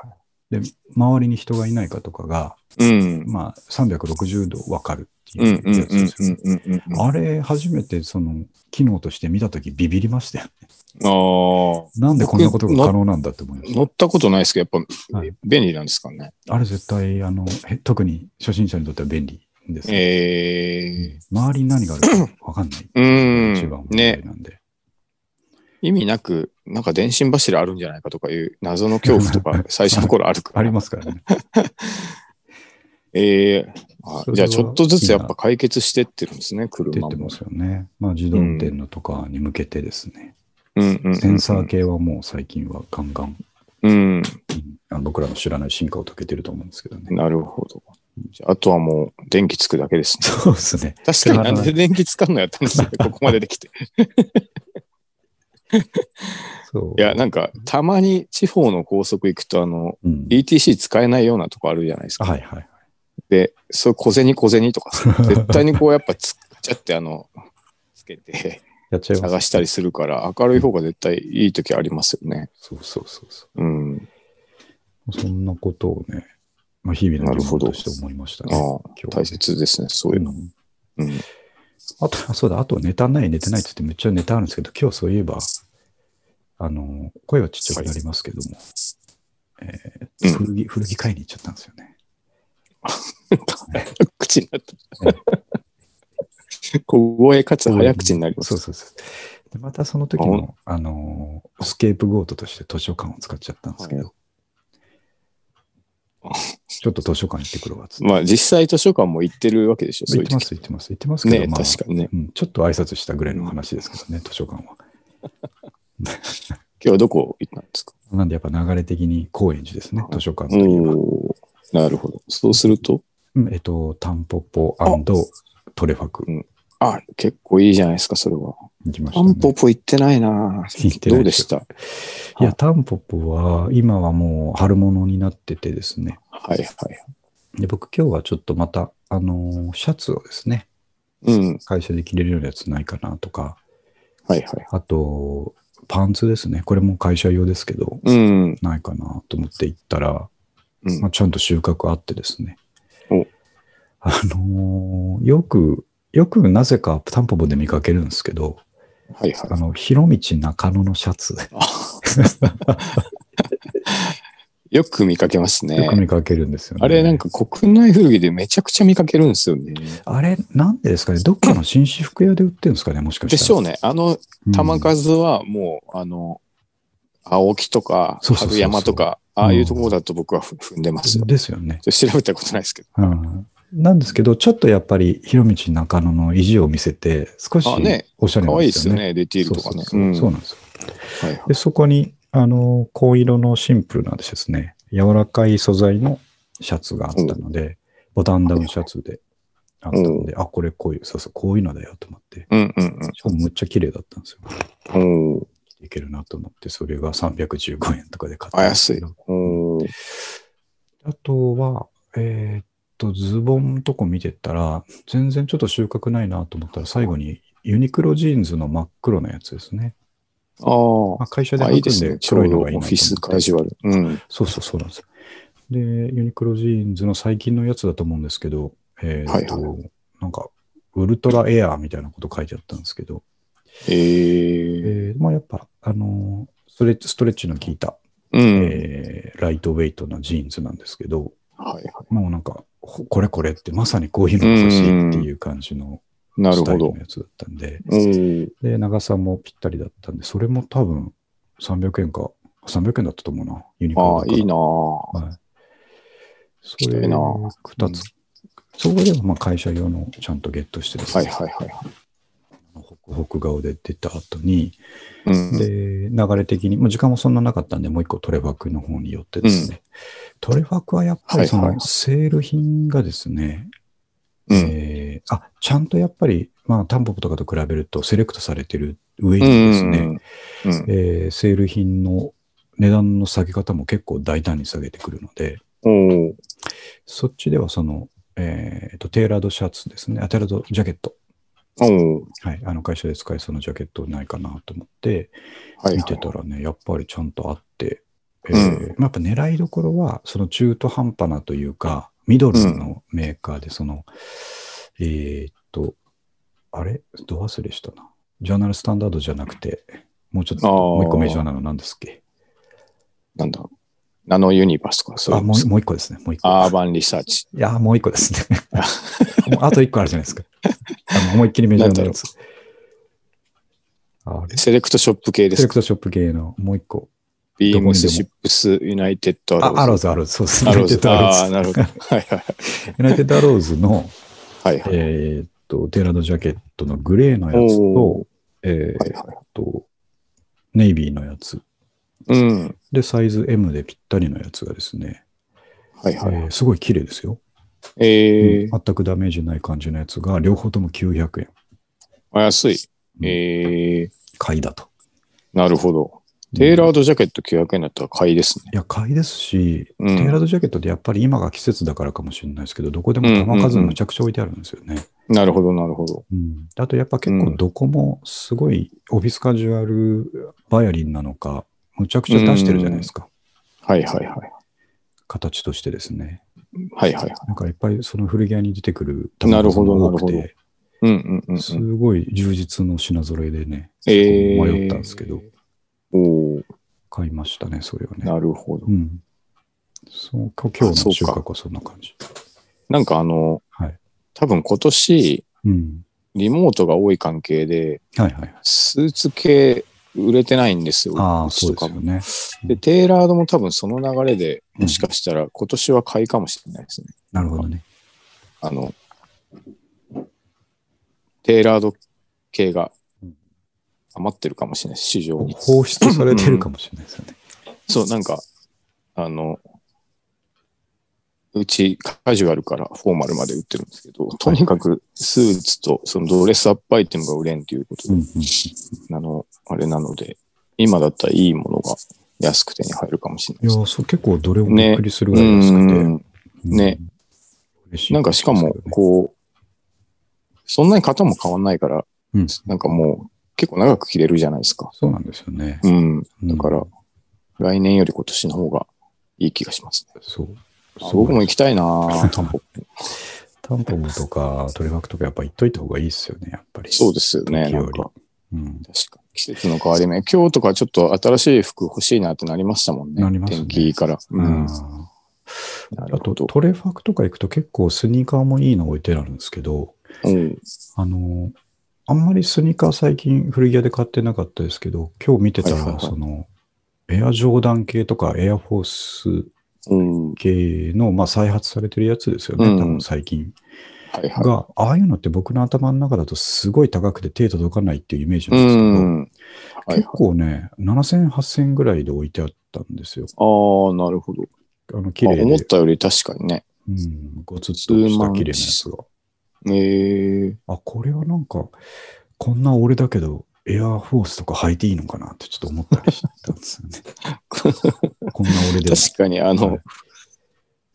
Speaker 2: 周りに人がいないかとかが、
Speaker 1: い。うん。
Speaker 2: まあ、360度わかるって
Speaker 1: うん
Speaker 2: いう
Speaker 1: うん
Speaker 2: やつ
Speaker 1: うん
Speaker 2: です
Speaker 1: う
Speaker 2: よ
Speaker 1: ん。うんうん。あ
Speaker 2: あれ、初めてその機能として見たときビビりましたよね。
Speaker 1: ー
Speaker 2: なんでこんなことが可能なんだって思いました。
Speaker 1: 乗ったことないですけど、やっぱ、
Speaker 2: はい
Speaker 1: 便利なんですかね。
Speaker 2: あれ絶対、あの、へ特に初心者にとっては便利ですね、
Speaker 1: え
Speaker 2: 周りに何があるか分かんない。
Speaker 1: ー、うん。
Speaker 2: 一番問題
Speaker 1: ね。
Speaker 2: なんで。
Speaker 1: 意味なく、なんか電信柱あるんじゃないかとかいう謎の恐怖と か、最初の頃あるから。
Speaker 2: ありますからね。
Speaker 1: ええあ
Speaker 2: それは
Speaker 1: じゃあちょっとずつやっぱ解決してってるんですね、
Speaker 2: 出
Speaker 1: 車
Speaker 2: て
Speaker 1: も
Speaker 2: ま。すよね。まあ自動運転のとかに向けてですね。
Speaker 1: うんうんうんうん
Speaker 2: センサー系はもう最近はガンガン、
Speaker 1: うん。
Speaker 2: うんあの僕らの知らない進化を遂げてると思うんですけどね。
Speaker 1: なるほど。じゃああとはもう電気つくだけです ね。
Speaker 2: そうですね。
Speaker 1: 確かになんで電気つかんのやったん ですよ、ここまでできて。
Speaker 2: そう。
Speaker 1: いや、なんかたまに地方の高速行くと、あの、
Speaker 2: うん、
Speaker 1: ETC 使えないようなとこあるじゃないです
Speaker 2: あ
Speaker 1: か。
Speaker 2: はいはい。
Speaker 1: で、そう小銭小銭 とかさ、絶対にこうやっぱつっちゃって、あの、つけて
Speaker 2: やっちゃいます。
Speaker 1: 探したりするから、明るい方が絶対いい時ありますよね。
Speaker 2: そうそうそうそ
Speaker 1: うん。
Speaker 2: う。そんなことをね、まあ、日々の疑問として思いましたね。
Speaker 1: なるほど
Speaker 2: 今日はね
Speaker 1: 大切ですね、そういうの。
Speaker 2: うん
Speaker 1: うん
Speaker 2: あと、 あそうだ、あとネタない、寝てないって言っ て、めっちゃネタあるんですけど、今日そういえば、あの、声はちっちゃくなりますけども、えー
Speaker 1: うん
Speaker 2: 古着、古着買いに行っちゃったんですよね。
Speaker 1: 口になった。小声かつ早口になりま
Speaker 2: そう
Speaker 1: す。
Speaker 2: そうそう。でまたその時
Speaker 1: あほ
Speaker 2: の、あの、スケープゴートとして図書館を使っちゃったんですけど、
Speaker 1: はい
Speaker 2: ちょっと図書館行ってくるわ、つって。
Speaker 1: まあ実際図書館も行ってるわけでしょ、 そう
Speaker 2: 行っ
Speaker 1: いう
Speaker 2: てます、
Speaker 1: 時。
Speaker 2: 行ってます、行ってますけど、
Speaker 1: ね
Speaker 2: まあ、
Speaker 1: 確かにね。
Speaker 2: うん、ちょっと挨拶したぐらいの話ですけどね、図書館は。
Speaker 1: 今日はどこ行ったんですか
Speaker 2: なんでやっぱ流れ的に高円寺ですね、図書館
Speaker 1: お
Speaker 2: といえば。
Speaker 1: おーなるほど。そうすると、
Speaker 2: うんえっと、タンポポトレファク
Speaker 1: あ、結構いいじゃないですか、それは。
Speaker 2: 行きまし
Speaker 1: タ
Speaker 2: た、ね。
Speaker 1: ンポポ行ってないな
Speaker 2: 行ってな
Speaker 1: ど
Speaker 2: いう
Speaker 1: で
Speaker 2: で
Speaker 1: し
Speaker 2: す
Speaker 1: た
Speaker 2: いや、タンポポは今はもう春物になっててですね。
Speaker 1: はいはい。
Speaker 2: で、僕今日はちょっとまた、あのーシャツをですね、
Speaker 1: うん。
Speaker 2: 会社で着れるようなやつないかなとか、
Speaker 1: はいはい。
Speaker 2: あと、パンツですね。これも会社用ですけど、
Speaker 1: うん。
Speaker 2: ないかなと思って行ったら、
Speaker 1: うん
Speaker 2: まあ、ちゃんと収穫あってですね。
Speaker 1: お
Speaker 2: あのーよく、よくなぜかタンポポで見かけるんですけど、
Speaker 1: はい
Speaker 2: あ
Speaker 1: はい。
Speaker 2: の、広道中野のシャツ、
Speaker 1: よく見かけますね
Speaker 2: よく。見かけるんですよね。
Speaker 1: あれなんか国内古着でめちゃくちゃ見かけるんですよね。
Speaker 2: あれ、なんでですかねどっかの紳士服屋で売ってるんですかねもしかした
Speaker 1: で
Speaker 2: ら。
Speaker 1: しょうね。あの
Speaker 2: うん。
Speaker 1: 球数はもう、あの、青木とか、
Speaker 2: そうそうそうそう
Speaker 1: 春山とか、ああいうところだと僕はふ踏んでますよ。
Speaker 2: ですよね。
Speaker 1: ちょっと調べたことないですけど。
Speaker 2: うん。なんですけど、ちょっとやっぱり、広道中野の意地を見せて、少し
Speaker 1: あね
Speaker 2: おしゃれ
Speaker 1: 可
Speaker 2: なん
Speaker 1: 愛
Speaker 2: で
Speaker 1: いですす
Speaker 2: よ
Speaker 1: よ
Speaker 2: ね。
Speaker 1: ね、デティールとか
Speaker 2: そ
Speaker 1: ね。
Speaker 2: うそうそうそうなんですよ。
Speaker 1: うんはいはい
Speaker 2: で、そこに、あの、紺色のシンプルなですね、柔らかい素材のシャツがあったので、ボタンダウンシャツであったので、あ、これこういう、そうそう、こういうのだよと思って、
Speaker 1: うんうん
Speaker 2: しかもむっちゃ綺麗だったんですよ。
Speaker 1: うん。うん
Speaker 2: いけるなと思って、それが315円とかで買った
Speaker 1: あ
Speaker 2: んですけ
Speaker 1: 安い
Speaker 2: ど。
Speaker 1: うん。はい
Speaker 2: あとは、えーっと、ズボンのとこ見てたら、全然ちょっと収穫ないなと思ったら、最後にユニクロジーンズの真っ黒なやつですね。
Speaker 1: あー
Speaker 2: まあ、会社で
Speaker 1: あ、
Speaker 2: 履
Speaker 1: いい
Speaker 2: く
Speaker 1: で
Speaker 2: ん
Speaker 1: す
Speaker 2: で
Speaker 1: ね。ちょ
Speaker 2: 黒いう
Speaker 1: ど
Speaker 2: の
Speaker 1: オ
Speaker 2: がいいな
Speaker 1: フ
Speaker 2: と
Speaker 1: ィス
Speaker 2: 思
Speaker 1: カ
Speaker 2: って。
Speaker 1: ジュアル。うん。
Speaker 2: そうそうそうなんですよ。で、ユニクロジーンズの最近のやつだと思うんですけど、えーっと、
Speaker 1: はい
Speaker 2: なんか、ウルトラエアーみたいなこと書いてあったんですけど、
Speaker 1: ええ。
Speaker 2: えーまあやっぱ、あのーストレッチ、ストレッチの効いた、
Speaker 1: うん。
Speaker 2: えーライトウェイトなジーンズなんですけど、
Speaker 1: はいは
Speaker 2: もうなんか、ほこれこれって、まさにこういうのが欲しいっていう感じの
Speaker 1: い。なる
Speaker 2: スタ
Speaker 1: ほ
Speaker 2: イル
Speaker 1: ど
Speaker 2: の。やつだったんで、
Speaker 1: うん。
Speaker 2: で、長さもぴったりだったんで、それも多分300円か、300円だったと思うな、ユニク
Speaker 1: あ
Speaker 2: ロ
Speaker 1: あ、
Speaker 2: だから。は
Speaker 1: いいな
Speaker 2: い。そ
Speaker 1: きた
Speaker 2: れ
Speaker 1: いな
Speaker 2: 2つ。そこでもまあ会社用のちゃんとゲットしてです
Speaker 1: はいはい
Speaker 2: ね、
Speaker 1: はいは
Speaker 2: ホクホク顔で出た後に、
Speaker 1: い。うん。
Speaker 2: で、流れ的に、もう時間もそんななかったんで、もう一個トレファクの方に寄ってですね、トレファクはやっぱりそ
Speaker 1: はいは
Speaker 2: の
Speaker 1: い
Speaker 2: セール品がですね、
Speaker 1: うん。
Speaker 2: えーあ、ちゃんとやっぱり、まあ、タンポポとかと比べるとセレクトされてる上
Speaker 1: う
Speaker 2: に
Speaker 1: ん
Speaker 2: ですね、
Speaker 1: うん。
Speaker 2: えーセール品の値段の下げ方も結構大胆に下げてくるので、
Speaker 1: うん。おー
Speaker 2: そっちではその、えーと、テーラードシャツですね、あテーラードジャケット、
Speaker 1: おー
Speaker 2: はい、あの会社で使えそうなジャケットないかなと思って、
Speaker 1: はい
Speaker 2: 見
Speaker 1: は
Speaker 2: て
Speaker 1: い。
Speaker 2: たらね、やっぱりちゃんとあって、えー
Speaker 1: うん
Speaker 2: まあやっぱ狙いどころは、その中途半端なというか、ミドルのメーカーで、その、えーっと、あれど忘れしたな。ジャーナルスタンダードじゃなくて、もうちょっと、
Speaker 1: あー
Speaker 2: もう一個メジャーなのなんですっけ
Speaker 1: なんだナノユニバースとかそう
Speaker 2: あ
Speaker 1: いう
Speaker 2: もう、もう一個ですね。もう一個。
Speaker 1: アーバンリサーチ。
Speaker 2: いやー、もう一個です ね。もうあと一個あるじゃないですか。あの思いっきりメジャーなやつ。あれ
Speaker 1: セレクトショップ系で
Speaker 2: セ
Speaker 1: す
Speaker 2: レク
Speaker 1: か
Speaker 2: トショップ系のもう一個。
Speaker 1: ビームス
Speaker 2: どこにでも
Speaker 1: シップスユナイテッド
Speaker 2: あ、ア
Speaker 1: ロ
Speaker 2: ロー
Speaker 1: ー
Speaker 2: ズ、アローズ。そうです
Speaker 1: ズ。
Speaker 2: ね。
Speaker 1: ア
Speaker 2: ユナ
Speaker 1: ロ
Speaker 2: イ
Speaker 1: ー
Speaker 2: テッ
Speaker 1: ズ。
Speaker 2: ドアロ
Speaker 1: ああ
Speaker 2: ー
Speaker 1: ー、
Speaker 2: ズ。
Speaker 1: なるほど。はいはい
Speaker 2: ユナイテッドアローズの、
Speaker 1: はいはい。
Speaker 2: えーっと、テーラードジャケットのグレーのやつと
Speaker 1: お、
Speaker 2: え
Speaker 1: はい
Speaker 2: ーっ
Speaker 1: はい
Speaker 2: と、ネイビーのやつ。
Speaker 1: うん。
Speaker 2: で、サイズ M でぴったりのやつがですね、
Speaker 1: はい
Speaker 2: え
Speaker 1: はい。
Speaker 2: ーすごい綺麗ですよ、
Speaker 1: えー
Speaker 2: うん全くダメージない感じのやつが、両方とも900円。
Speaker 1: お安い。
Speaker 2: うん
Speaker 1: えー
Speaker 2: 買いだと。
Speaker 1: なるほど。テーラ
Speaker 2: うん
Speaker 1: ードジャケット900円だったら買いですね。
Speaker 2: いや、買いですし、
Speaker 1: うん
Speaker 2: テーラードジャケットってやっぱり今が季節だからかもしれないですけど、どこでも
Speaker 1: うんうん
Speaker 2: 玉
Speaker 1: うん
Speaker 2: 数むちゃくちゃ置いてあるんですよね。
Speaker 1: なるほど、なるほど。
Speaker 2: うんあとやっぱ結構どこもすごいオフィスカジュアルバイアリンなのか、むちゃくちゃ出してるじゃないですか、
Speaker 1: はいはいはい。
Speaker 2: 形としてですね。
Speaker 1: はいはいはい。
Speaker 2: なんかいっぱいその古着屋に出てくる玉数も多く
Speaker 1: なる
Speaker 2: て、
Speaker 1: うんうんうんうん。
Speaker 2: すごい充実の品揃えでね、
Speaker 1: えー
Speaker 2: 迷ったんですけど、。
Speaker 1: おー
Speaker 2: 買いましたね、それをね。
Speaker 1: なるほど
Speaker 2: う。ん。そう今日
Speaker 1: そ
Speaker 2: の
Speaker 1: うか
Speaker 2: 収穫はそんな感じ。
Speaker 1: なんかあの、
Speaker 2: はい。
Speaker 1: 多分今年、
Speaker 2: うん。
Speaker 1: リモートが多い関係で、
Speaker 2: はいはいはい。
Speaker 1: スーツ系売れてないんですよ。
Speaker 2: ああ、
Speaker 1: うち
Speaker 2: そう
Speaker 1: と
Speaker 2: です
Speaker 1: か
Speaker 2: よ
Speaker 1: も
Speaker 2: ね。
Speaker 1: で、テーラードも多分その流れで、もしかしたら今年は買いかもしれないですね。
Speaker 2: なるほどね。
Speaker 1: あの、テーラード系が余ってるかもしれないです、市場に。
Speaker 2: 放出されてるかもしれないですよね。
Speaker 1: そう、なんか、あの、うちカジュアルからフォーマルまで売ってるんですけど、とにかくスーツとそのドレスアップアイテムが売れんということで、
Speaker 2: うんうん
Speaker 1: あの、あれなので、今だったらいいものが安く手に入るかもしれない
Speaker 2: い
Speaker 1: で
Speaker 2: や
Speaker 1: す
Speaker 2: ー、そう結構どれもびっくりするぐらい安くて。
Speaker 1: うん
Speaker 2: うん
Speaker 1: ね。
Speaker 2: 嬉い
Speaker 1: なんかしかも、こう、そんなに型も変わんないから、
Speaker 2: うん
Speaker 1: なんかもう結構長く着れるじゃないですか。
Speaker 2: そうなんですよね。
Speaker 1: うん。
Speaker 2: うん
Speaker 1: だから、来年より今年の方がいい気がしますね。
Speaker 2: そう。
Speaker 1: あ僕も行きたいなぁタン ポポ
Speaker 2: タンポポとかトレファクとかやっぱ行っといた方がいいですよね、やっぱり。
Speaker 1: そうですよね。
Speaker 2: 時
Speaker 1: な
Speaker 2: 折
Speaker 1: んか、
Speaker 2: うん。
Speaker 1: 確かに季節の変わり目。今日とかちょっと新しい服欲しいなってなりましたもんね。
Speaker 2: なりますね
Speaker 1: 天気いいから。う
Speaker 2: うん
Speaker 1: ん。な
Speaker 2: あ
Speaker 1: るほ
Speaker 2: と
Speaker 1: ど。
Speaker 2: トレファクとか行くと結構スニーカーもいいの置いてあるんですけど、
Speaker 1: うん。
Speaker 2: あのーあんまりスニーカー最近古着屋で買ってなかったですけど、今日見てた
Speaker 1: はいはい
Speaker 2: ら、
Speaker 1: はい
Speaker 2: その、エアジョーダン系とかエアフォース
Speaker 1: うん。
Speaker 2: 系の、まあ、再発されてるやつですよね、
Speaker 1: うん
Speaker 2: 多分最近。
Speaker 1: はいはい。
Speaker 2: が、ああいうのって僕の頭の中だとすごい高くて手届かないっていうイメージ
Speaker 1: う
Speaker 2: なんですけど、
Speaker 1: ん。はいはい
Speaker 2: 結。構ね、7000、8000ぐらいで置いてあったんですよ。
Speaker 1: ああ、なるほど。
Speaker 2: あの、綺
Speaker 1: あ
Speaker 2: 麗
Speaker 1: 思っ
Speaker 2: で、
Speaker 1: たより確かにね。
Speaker 2: うん、ごつっとした綺麗なやつが。
Speaker 1: ええ
Speaker 2: あ、これはなんか、こんな俺だけど、エアフォースとか履いていいのかなってちょっと思ったりしたんですよね。 こんな俺でも。
Speaker 1: 確かに、あの、
Speaker 2: はい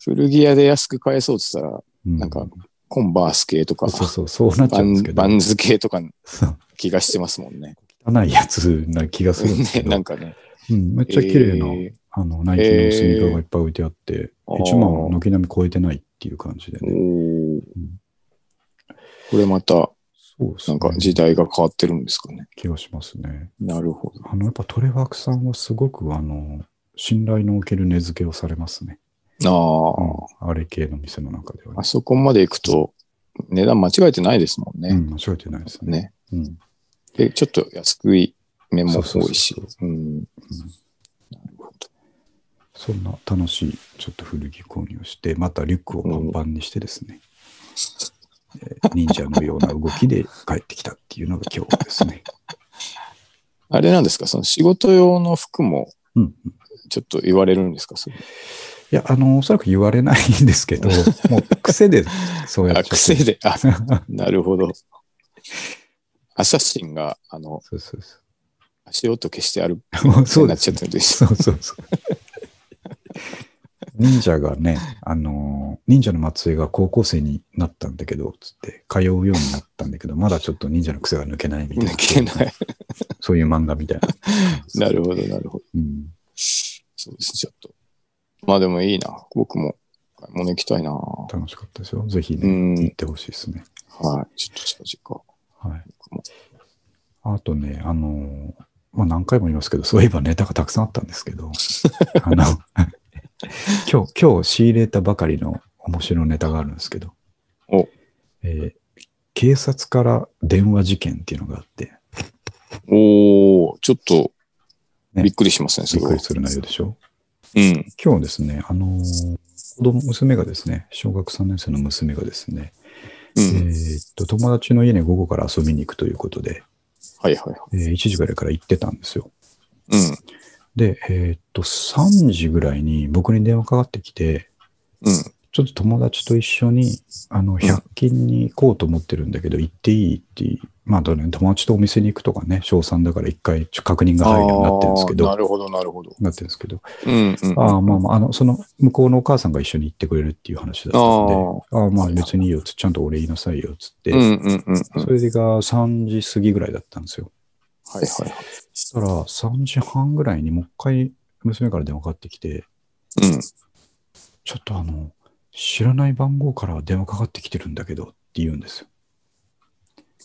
Speaker 1: 古着屋で安く買えそうって言ったら、
Speaker 2: う
Speaker 1: なんかコンバース系とか、
Speaker 2: そうそうそう、そうなっちゃ
Speaker 1: バ
Speaker 2: うんで
Speaker 1: ン
Speaker 2: すけど、
Speaker 1: バンズ系とかの
Speaker 2: そう
Speaker 1: 気がしてますもんね。
Speaker 2: 汚いやつな気がするんですけど、
Speaker 1: なんか ね。
Speaker 2: うん、めっちゃ綺麗な、
Speaker 1: え
Speaker 2: あの、ナイキのスニーカーがいっぱい置いてあって、
Speaker 1: あー
Speaker 2: 1万は軒並み超えてないっていう感じで
Speaker 1: ー
Speaker 2: ね。
Speaker 1: おーこれまた、
Speaker 2: そうです
Speaker 1: な
Speaker 2: ね
Speaker 1: んか時代が変わってるんですかね。
Speaker 2: 気がしますね。
Speaker 1: なるほど。
Speaker 2: あの、やっぱトレワークさんはすごく、あの、信頼のおける値付けをされますね。
Speaker 1: ああ、
Speaker 2: うんあれ系の店の中では
Speaker 1: あ
Speaker 2: ね。
Speaker 1: そこまで行くと、値段間違えてないですもん
Speaker 2: う
Speaker 1: ね。
Speaker 2: ん、間違えてないですね。
Speaker 1: ね。
Speaker 2: うん。
Speaker 1: で、ちょっと安くい面も
Speaker 2: そう
Speaker 1: 多
Speaker 2: そう
Speaker 1: いし
Speaker 2: そう。
Speaker 1: うん。
Speaker 2: そんな楽しい、ちょっと古着購入をして、またリュックをパンパンにしてです ね、えー忍者のような動きで帰ってきたっていうのが今日ですね。
Speaker 1: あれなんですかその仕事用の服も
Speaker 2: うんうん、い
Speaker 1: ちょっと言われるんですかそれ
Speaker 2: や、あの、おそらく言われないんですけ ど、もう癖でそうやっちゃ
Speaker 1: あ、
Speaker 2: って。
Speaker 1: 癖で。 あ、
Speaker 2: そう
Speaker 1: なるほど。アサシンが、あの、
Speaker 2: そうそ
Speaker 1: 足音消してある
Speaker 2: う。もう
Speaker 1: そ
Speaker 2: そうう
Speaker 1: な
Speaker 2: で
Speaker 1: っ
Speaker 2: す
Speaker 1: ちゃっ
Speaker 2: ね。
Speaker 1: てるんです。
Speaker 2: そうそうそう。忍者がね、あのー、忍者の末裔が高校生になったんだけど、つって、通うようになったんだけど、まだちょっと忍者の癖が抜けないみたいな。
Speaker 1: 抜けない。
Speaker 2: そういう漫画みたいな。
Speaker 1: なるほど、なるほど。
Speaker 2: うん。
Speaker 1: そうです、ちょっと。まあでもいいな。僕も買い物行きたいな。は
Speaker 2: 楽しかったですよ。ぜひ
Speaker 1: う
Speaker 2: ね、
Speaker 1: ん
Speaker 2: 行ってほしいですね。
Speaker 1: い。ちょっと近々。
Speaker 2: はい
Speaker 1: 僕も。
Speaker 2: あとね、あのーまあ、何回も言いますけど、そういえばネタがたくさんあったんですけど、 あの、今日、今日仕入れたばかりの面白いネタがあるんですけど、
Speaker 1: お
Speaker 2: えー警察から電話事件っていうのがあって、
Speaker 1: おー、ちょっと、
Speaker 2: ね
Speaker 1: びっくりしますね、そ
Speaker 2: びっ
Speaker 1: れ
Speaker 2: く
Speaker 1: は
Speaker 2: り。する内容でしょ
Speaker 1: うん。
Speaker 2: 今日ですね、あのー子供、娘がですね、小学3年生の娘がですね、
Speaker 1: うん。
Speaker 2: えーっと、友達の家に午後から遊びに行くということで、
Speaker 1: はいはいはい。
Speaker 2: えー1時ぐらいから行ってたんですよ。
Speaker 1: うん。
Speaker 2: で、えーっと、3時ぐらいに僕に電話かかってきて、
Speaker 1: うん。
Speaker 2: ちょっと友達と一緒に、あの、100均に行こうと思ってるんだけど、行っていいって、まあ、どうね友達とお店に行くとかね、小3だから一回ちょ確認が入るようになってるんですけ
Speaker 1: あーな
Speaker 2: ど、
Speaker 1: るほど、なるほど。
Speaker 2: なってるんですけど、
Speaker 1: うん、うん。
Speaker 2: ああ、まあまあ、あの、その、向こうのお母さんが一緒に行ってくれるっていう話だったんで、ああ、まあ別にいいよつ、ちゃんと俺言いなさいよ、つって、
Speaker 1: うんうんうんうん。はい
Speaker 2: それが3時過ぎぐらいだったんですよ。
Speaker 1: はい。
Speaker 2: そしたら、3時半ぐらいにもう一回娘から電話かかってきて、
Speaker 1: うん。
Speaker 2: ちょっとあの、知らない番号から電話かかってきてるんだけどって言うんですよ。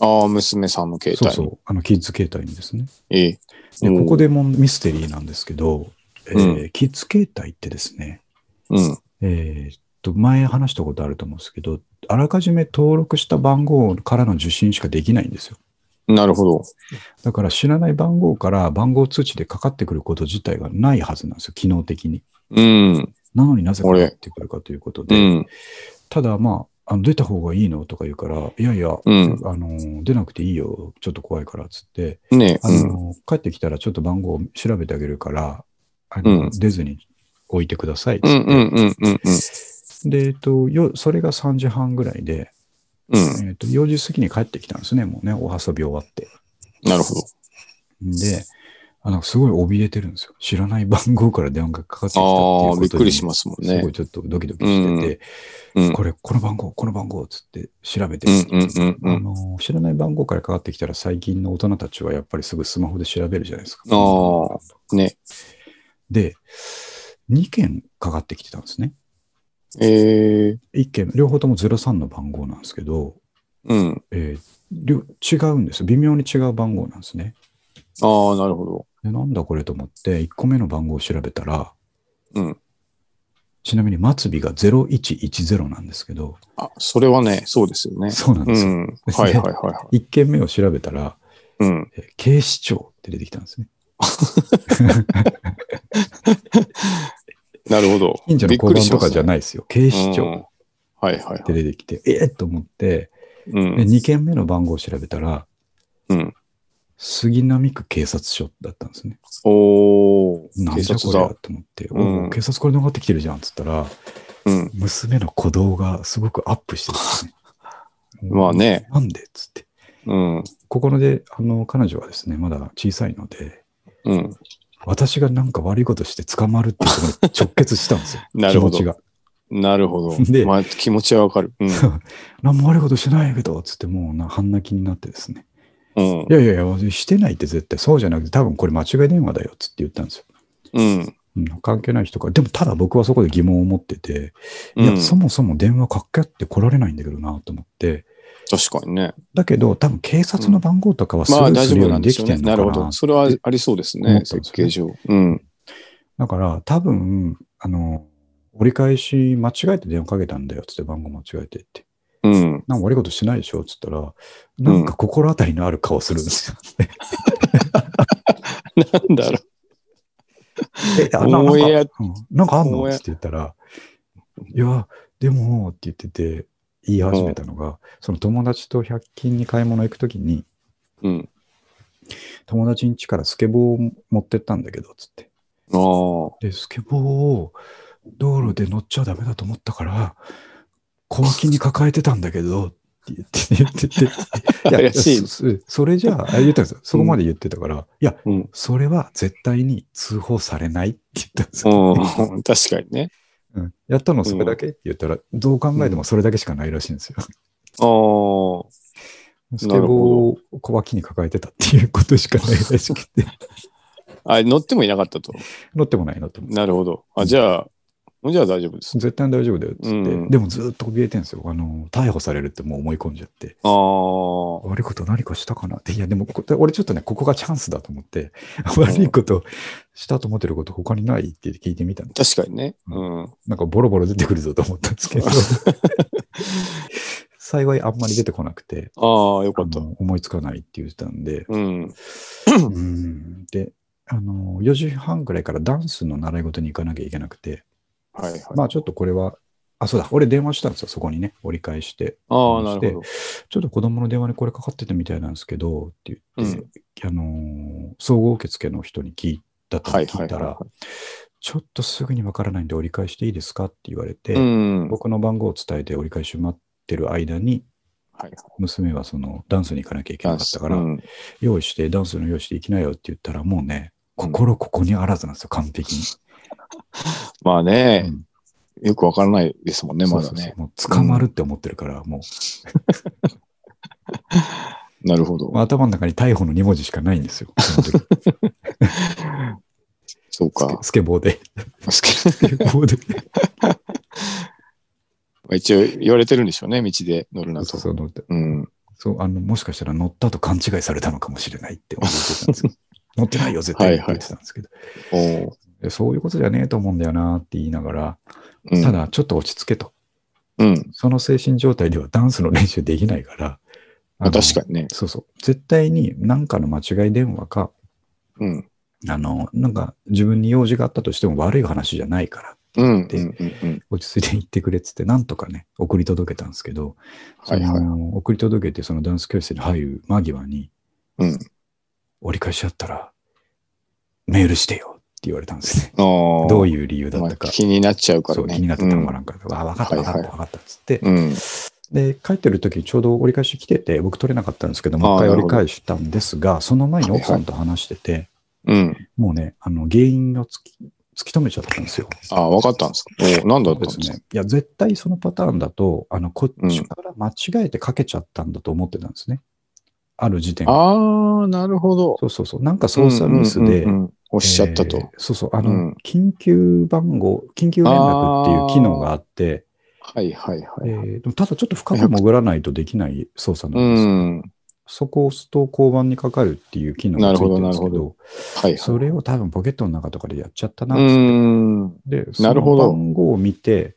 Speaker 1: ああ、娘さんの携
Speaker 2: そう
Speaker 1: 帯。
Speaker 2: そう、あの、キッズ携帯にですね。
Speaker 1: ええ
Speaker 2: で、ここ。でもミステリーなんですけど、えー
Speaker 1: う
Speaker 2: キッズ携帯ってですね、
Speaker 1: うん。
Speaker 2: えーっと、前話したことあると思うんですけど、あらかじめ登録した番号からの受信しかできないんですよ。
Speaker 1: なるほど。
Speaker 2: だから知らない番号から番号通知でかかってくること自体がないはずなんですよ、機能的に。
Speaker 1: うん。
Speaker 2: なのになぜか
Speaker 1: あ
Speaker 2: か
Speaker 1: れ
Speaker 2: かってくるかということ
Speaker 1: う
Speaker 2: で、
Speaker 1: ん。
Speaker 2: ただまあ、あの出た方がいいのとか言うから、いやいや、
Speaker 1: うん。
Speaker 2: あの出なくていいよ、ちょっと怖いからっつって、
Speaker 1: ねえ。
Speaker 2: あ
Speaker 1: うん。
Speaker 2: の帰ってきたらちょっと番号を調べてあげるから、あの
Speaker 1: うん
Speaker 2: 出ずに置いてくださいっつって
Speaker 1: うんうんうんうんうん。
Speaker 2: で、えっとよ、それが3時半ぐらいで、
Speaker 1: うん。
Speaker 2: えっと、4時過ぎに帰ってきたんですね、もうね、お遊び終わって。
Speaker 1: なるほど。
Speaker 2: で、あなんかすごい怯えてるんですよ。知らない番号から電話がかかってきたっていう
Speaker 1: あ
Speaker 2: こ
Speaker 1: あ、
Speaker 2: と
Speaker 1: びっくりし
Speaker 2: ま
Speaker 1: ますもん
Speaker 2: すご
Speaker 1: ね
Speaker 2: い。ちょっとドキドキしてて、
Speaker 1: うん。
Speaker 2: これ、この番号、この番号っつって調べて、
Speaker 1: うんうんうんう
Speaker 2: あ
Speaker 1: ん。
Speaker 2: のー知らない番号からかかってきたら最近の大人たちはやっぱりすぐスマホで調べるじゃないですか。
Speaker 1: あね
Speaker 2: で、2件かかってきてたんですね。
Speaker 1: ええ。
Speaker 2: 1件、両方とも03の番号なんですけど、
Speaker 1: うん。
Speaker 2: えーりょ違うんですよ。微妙に違う番号なんですね。
Speaker 1: ああ、なるほど。
Speaker 2: でなんだこれと思って、1個目の番号を調べたら、
Speaker 1: うん。
Speaker 2: ちなみに末尾が0110なんですけど、
Speaker 1: あ、それはね、そうですよね。
Speaker 2: そうなん
Speaker 1: う
Speaker 2: ですよ。
Speaker 1: ん。はいはいはいは
Speaker 2: 一1件目を調べたら、
Speaker 1: い。うん。
Speaker 2: えー警視庁って出てきたんですね。
Speaker 1: なるほど。
Speaker 2: 近所の
Speaker 1: び
Speaker 2: 交
Speaker 1: っくり
Speaker 2: 番
Speaker 1: し
Speaker 2: と
Speaker 1: ま
Speaker 2: か
Speaker 1: す
Speaker 2: じゃないですよ。警視
Speaker 1: うん
Speaker 2: 庁
Speaker 1: はいはいはい
Speaker 2: っ。て出てきて、ええと思って、
Speaker 1: う
Speaker 2: で
Speaker 1: ん。
Speaker 2: 2件目の番号を調べたら、
Speaker 1: うん、
Speaker 2: 杉並区警察署だったんですね。
Speaker 1: おー
Speaker 2: なん
Speaker 1: 警
Speaker 2: じゃこ
Speaker 1: 察
Speaker 2: りゃ
Speaker 1: だ。
Speaker 2: と思って、
Speaker 1: うん
Speaker 2: お警察これ流ってきてるじゃんっつったら、
Speaker 1: うん。。
Speaker 2: 娘の鼓動がすごくアップしてですね
Speaker 1: まあね。
Speaker 2: なんでっつって。
Speaker 1: うん。
Speaker 2: ここので、あの、彼女はですね、まだ小さいので、
Speaker 1: うん。。
Speaker 2: 私がなんか悪いことして捕まるっていうところに直結したんですよ
Speaker 1: なるほど
Speaker 2: 気持ちが。
Speaker 1: なるほど。
Speaker 2: で
Speaker 1: まあ、気持ちはわかる。うん。
Speaker 2: 何も悪いことしてないけど、つってもうな半泣きになってですね。
Speaker 1: うん
Speaker 2: い。やいやいや、してないって絶対そうじゃなくて、多分これ間違い電話だよ、つって言ったんですよ。
Speaker 1: うん。
Speaker 2: うん、関係ない人から。でもただ僕はそこで疑問を持ってて、
Speaker 1: う
Speaker 2: いや、
Speaker 1: ん、
Speaker 2: そもそも電話かけ合って来られないんだけどなと思って、
Speaker 1: 確かにね。
Speaker 2: だけど多分警察の番号とかはスル
Speaker 1: まあ
Speaker 2: ー
Speaker 1: 大
Speaker 2: す
Speaker 1: 丈
Speaker 2: るよう
Speaker 1: 夫な
Speaker 2: に
Speaker 1: んで
Speaker 2: ですき
Speaker 1: よ
Speaker 2: て
Speaker 1: ね。
Speaker 2: ん
Speaker 1: な
Speaker 2: のか
Speaker 1: る
Speaker 2: な
Speaker 1: ほど。それはありそうです
Speaker 2: 思っ
Speaker 1: ね、
Speaker 2: たんです
Speaker 1: 設
Speaker 2: よね
Speaker 1: 計上。うん。
Speaker 2: だから多分、あの、折り返し間違えて電話かけたんだよ、つって番号間違えてって。
Speaker 1: うん。
Speaker 2: なんか悪いことしてないでしょつったら、なんか心当たりのある顔するんですよ。
Speaker 1: なんだろ
Speaker 2: えあな
Speaker 1: 思い
Speaker 2: な
Speaker 1: や
Speaker 2: んかうんなんかあんの
Speaker 1: 思い
Speaker 2: っ
Speaker 1: や
Speaker 2: て言ったら、いや、でも、って言ってて、言い始めたのが、その友達と100均に買い物行くときに、
Speaker 1: う。うん。
Speaker 2: 友達ん家からスケボーを持ってったんだけど、つって。
Speaker 1: ああ。
Speaker 2: で、スケボーを道路で乗っちゃダメだと思ったから、小脇に抱えてたんだけど、って言って、言って て。いや、
Speaker 1: 怪しい
Speaker 2: そそそれじゃあ、あ言ったんですよ。そこまで言ってたから、いや、
Speaker 1: うん。
Speaker 2: それは絶対に通報されないって言ったんですよ。
Speaker 1: うん。 確かにね。
Speaker 2: うんやったのそれだけって言ったら、どう考えてもそれだけしかないらしいんですよ。
Speaker 1: ああ。
Speaker 2: スケボーを小脇に抱えてたっていうことしかないらしくて、
Speaker 1: あ、乗ってもいなかったと。
Speaker 2: 乗ってもない乗ってもない。
Speaker 1: なるほど。あ、じゃあ、じゃあ大丈夫です。
Speaker 2: 絶対に大丈夫だよっつって、
Speaker 1: うん
Speaker 2: でもずっと怯えてるんですよ。あの、逮捕されるってもう思い込んじゃって、
Speaker 1: ああ。
Speaker 2: 悪いこと何かしたかなって、いやでもこ俺ちょっとね、ここがチャンスだと思って、悪いことしたと思ってること他にないって聞いてみたんで
Speaker 1: 確かにね。うん。
Speaker 2: なんかボロボロ出てくるぞと思ったんですけど、 幸いあんまり出てこなくて、
Speaker 1: ああ、よか
Speaker 2: あ
Speaker 1: った。
Speaker 2: の思いつかないって言ってたんで、
Speaker 1: うん。
Speaker 2: うんで、あの、4時半ぐらいからダンスの習い事に行かなきゃいけなくて、
Speaker 1: はいはい。
Speaker 2: まあちょっとこれは、あ、そうだ、俺電話したんですよ、そこにね、折り返して。
Speaker 1: ああ、なるほど。
Speaker 2: ちょっと子供の電話にこれかかってたみたいなんですけど、って言って、あのー総合受付の人に聞いたと
Speaker 1: はい
Speaker 2: 聞
Speaker 1: はいい
Speaker 2: た
Speaker 1: は
Speaker 2: ら、
Speaker 1: い。
Speaker 2: ちょっとすぐにわからないんで折り返していいですかって言われて、
Speaker 1: うん。はい
Speaker 2: 僕の番号を伝えて折り返し待ってる間に、
Speaker 1: はい。
Speaker 2: 娘はそのダンスに行かなきゃいけなかったから、
Speaker 1: うん
Speaker 2: 用意して、ダンスの用意して行きなよって言ったら、もうね、
Speaker 1: うん
Speaker 2: 心ここにあらずなんですよ、完璧に。
Speaker 1: まあね
Speaker 2: う、ん
Speaker 1: よくわからないですもんね、まだ
Speaker 2: そうそうそ
Speaker 1: ね
Speaker 2: う。もう捕まるって思ってるから、も
Speaker 1: なるほど
Speaker 2: う、。頭の中に逮捕の2文字しかないんです よ。その時
Speaker 1: そ
Speaker 2: ス
Speaker 1: うか
Speaker 2: ケ。スケボー で。
Speaker 1: スケ
Speaker 2: スケボーで。
Speaker 1: 一応言われてるんでしょうね、道で乗るな
Speaker 2: そ
Speaker 1: と
Speaker 2: う。そう乗って
Speaker 1: うん。
Speaker 2: そうあのもしかしたら乗ったと勘違いされたのかもしれないって思ってたんで すよ。乗ってないよ、絶対って言ってたんですけど、
Speaker 1: おー
Speaker 2: でそういうことじゃねえと思うんだよなって言いながら、
Speaker 1: うん
Speaker 2: ただちょっと落ち着けと。
Speaker 1: うん。
Speaker 2: その精神状態ではダンスの練習できないから。
Speaker 1: まあ確か
Speaker 2: に。
Speaker 1: にね。
Speaker 2: そうそう。絶対に何かの間違い電話か、
Speaker 1: うん。
Speaker 2: あの、なんか自分に用事があったとしても悪い話じゃないから、
Speaker 1: うん。うん。
Speaker 2: で
Speaker 1: うんうん。
Speaker 2: 落ち着いて言ってくれっつって、なんとかね、送り届けたんですけど、
Speaker 1: はいはい
Speaker 2: そ。の送り届けてそのダンス教室に入る間際に、
Speaker 1: うん。
Speaker 2: 折り返しあったら、メールしてよって言われたんですね。
Speaker 1: ああ。
Speaker 2: どういう理由だっ
Speaker 1: ま
Speaker 2: た
Speaker 1: あ
Speaker 2: か。
Speaker 1: 気になっちゃうから
Speaker 2: そう
Speaker 1: ね。
Speaker 2: 気になってたまらんから、あ、分かった分かっ
Speaker 1: はい
Speaker 2: た
Speaker 1: はい
Speaker 2: 分かったっつって、
Speaker 1: うん。うん。
Speaker 2: で、帰ってる時にちょうど折り返し来てて、僕取れなかったんですけど、
Speaker 1: あ
Speaker 2: もう
Speaker 1: ー
Speaker 2: 一回
Speaker 1: な
Speaker 2: 折り
Speaker 1: るほど
Speaker 2: 返したんですが、その前に奥さんと話してて、
Speaker 1: うん。
Speaker 2: もうね、あの原因を突き突き止めちゃったんですよ。
Speaker 1: ああ、わかったんですか。おーなんだ
Speaker 2: そ
Speaker 1: っ
Speaker 2: う
Speaker 1: た
Speaker 2: で
Speaker 1: んですすか
Speaker 2: ね。いや、絶対そのパターンだと、あのこっちから間違えてかけちゃったんだと思ってたんですね。ある時点
Speaker 1: ああ、なるほど。
Speaker 2: そうそうそう。なんか操作ミスで、
Speaker 1: うんうんうんうんおっしゃったと。
Speaker 2: えーそうそう。あの、
Speaker 1: うん
Speaker 2: 緊急番号、緊急連絡っていう機能があって、
Speaker 1: はいはいは
Speaker 2: え
Speaker 1: い。
Speaker 2: ーでもただちょっと深く潜らないとできない操作
Speaker 1: う
Speaker 2: なんですよ。
Speaker 1: ん。はい
Speaker 2: そこを押すと交番にかかるっていう機能がついてるんですけ
Speaker 1: なるほどなるほ
Speaker 2: ど、
Speaker 1: どはい。
Speaker 2: それを多分ポケットの中とかでやっちゃったな
Speaker 1: う
Speaker 2: っつって
Speaker 1: ん。
Speaker 2: で、
Speaker 1: なるほど
Speaker 2: その番号を見て、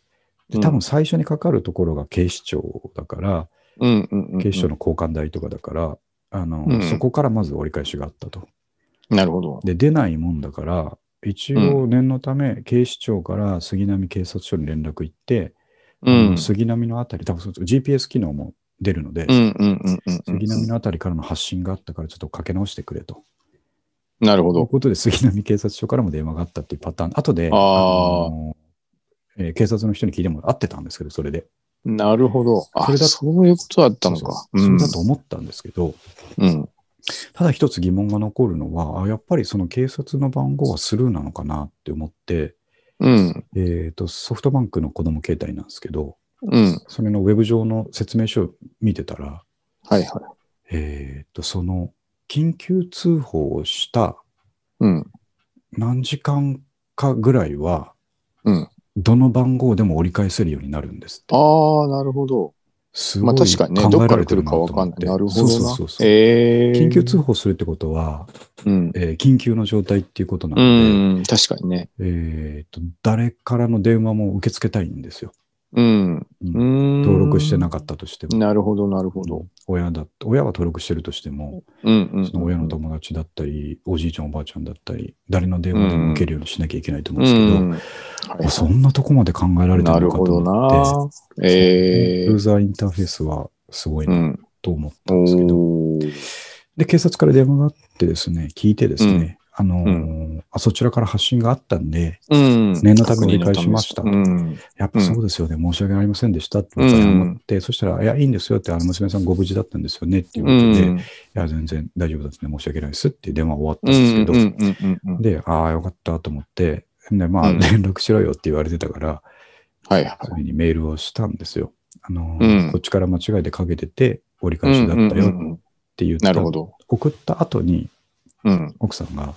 Speaker 1: う
Speaker 2: で
Speaker 1: ん
Speaker 2: 多分最初にかかるところが警視庁だから、
Speaker 1: うんうんうん。
Speaker 2: 警視庁の交換台とかだから、あの
Speaker 1: うん
Speaker 2: そこからまず折り返しがあったと。
Speaker 1: なるほど。
Speaker 2: で、出ないもんだから、一応念のため、警視庁から杉並警察署に連絡行って、あの杉並のあたり、多分そう GPS 機能も出るので、
Speaker 1: うんうんうんうんうん
Speaker 2: 杉並のあたりからの発信があったから、ちょっとかけ直してくれと。
Speaker 1: なるほ
Speaker 2: という
Speaker 1: ど。
Speaker 2: ことで、杉並警察署からも電話があったっていうパターン、後で、
Speaker 1: あー
Speaker 2: のえー警察の人に聞いても合ってたんですけど、それで。
Speaker 1: なるほど。
Speaker 2: そ
Speaker 1: あ、
Speaker 2: れだ
Speaker 1: そういうことだったのか。
Speaker 2: そうそう
Speaker 1: うん
Speaker 2: そうだと思ったんですけど、
Speaker 1: うん。
Speaker 2: ただ一つ疑問が残るのは、あやっぱりその警察の番号はスルーなのかなって思って、
Speaker 1: うん。
Speaker 2: えー、とソフトバンクの子供携帯なんですけど、
Speaker 1: うん。
Speaker 2: それのウェブ上の説明書を見てたら、
Speaker 1: はいはい。
Speaker 2: えー、とその緊急通報をした
Speaker 1: うん。
Speaker 2: 何時間かぐらいは、
Speaker 1: うん
Speaker 2: どの番号でも折り返せるようになるんですって。
Speaker 1: ああ、なるほど。
Speaker 2: す
Speaker 1: ま
Speaker 2: ご
Speaker 1: あ
Speaker 2: い
Speaker 1: 確かにね、ど
Speaker 2: 考
Speaker 1: っ
Speaker 2: え
Speaker 1: からら
Speaker 2: れて
Speaker 1: 来る
Speaker 2: な
Speaker 1: か
Speaker 2: と思
Speaker 1: わ
Speaker 2: って
Speaker 1: かんない。なるほどな。
Speaker 2: そうそうそうそう
Speaker 1: えー
Speaker 2: 緊急通報するってことは、
Speaker 1: うん。
Speaker 2: えー緊急の状態っていうことな
Speaker 1: う
Speaker 2: の
Speaker 1: ん。確かにね。
Speaker 2: で、えー、と誰からの電話も受け付けたいんですよ。
Speaker 1: うん。
Speaker 2: うん登
Speaker 1: 登
Speaker 2: 録してなかっ
Speaker 1: った
Speaker 2: としても
Speaker 1: た。。なるほど、なるほど。
Speaker 2: 親だ親は登録してるとしても、
Speaker 1: うんうん。
Speaker 2: その親の友達だったり、おじいちゃん、おばあちゃんだったり、誰の電話でも受けるようにしなきゃいけないと思うんですけど、
Speaker 1: うん
Speaker 2: あそんなとこまで考えられて
Speaker 1: な
Speaker 2: る
Speaker 1: る
Speaker 2: のかと
Speaker 1: ほど
Speaker 2: 思って、
Speaker 1: な。え
Speaker 2: ユー
Speaker 1: ー。。
Speaker 2: ザーインターフェースはすごいうなんと思ったんですけど、
Speaker 1: おー
Speaker 2: で、警察から電話があってですね、聞いてですね、あのーあそちらから発信があったんで、
Speaker 1: うん。
Speaker 2: 念のために理解しました
Speaker 1: 確認のためです
Speaker 2: やっぱそうですよね、申し訳ありませんでしたって僕は思って、そしたら、いや、いいんですよって、あの娘さんご無事だったんですよねって言わ
Speaker 1: う
Speaker 2: れ
Speaker 1: ん。
Speaker 2: て、
Speaker 1: う
Speaker 2: い
Speaker 1: ん
Speaker 2: や、全然大丈夫だったんで申し訳ないですって電話終わったん
Speaker 1: う
Speaker 2: ですけ
Speaker 1: ん
Speaker 2: ど、
Speaker 1: うんうんうんうん。
Speaker 2: で、ああ、よかったと思って、で、まあ、
Speaker 1: うん
Speaker 2: 連絡しろよって言われてたから、
Speaker 1: はいはい。
Speaker 2: それにメールをしたんですよ。あの、
Speaker 1: うん
Speaker 2: こっちから間違えてかけてて、折り返しだったよ
Speaker 1: うんうんうん
Speaker 2: っ、て言った、
Speaker 1: なるほど。
Speaker 2: 送った後に、
Speaker 1: うん。
Speaker 2: 奥さんが、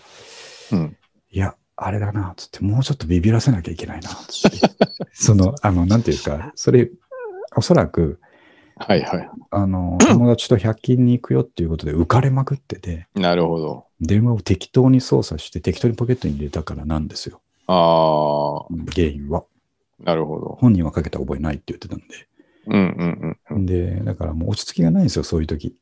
Speaker 1: うん
Speaker 2: いや、あれだな、つって、もうちょっとビビらせなきゃいけないな、つって。 その、あの、なんていうか、それ、おそらく、
Speaker 1: はいはい。
Speaker 2: あ の、友達と100均に行くよっていうことで浮かれまくってて、
Speaker 1: なるほど。
Speaker 2: 電話を適当に操作して適当にポケットに入れたからなんですよ。
Speaker 1: あ
Speaker 2: 原因は。
Speaker 1: あ、なるほど。
Speaker 2: 本人はかけた覚えないって言ってたんで。
Speaker 1: うんうんうん。
Speaker 2: で、だからもう落ち着きがないんですよ、そういう時。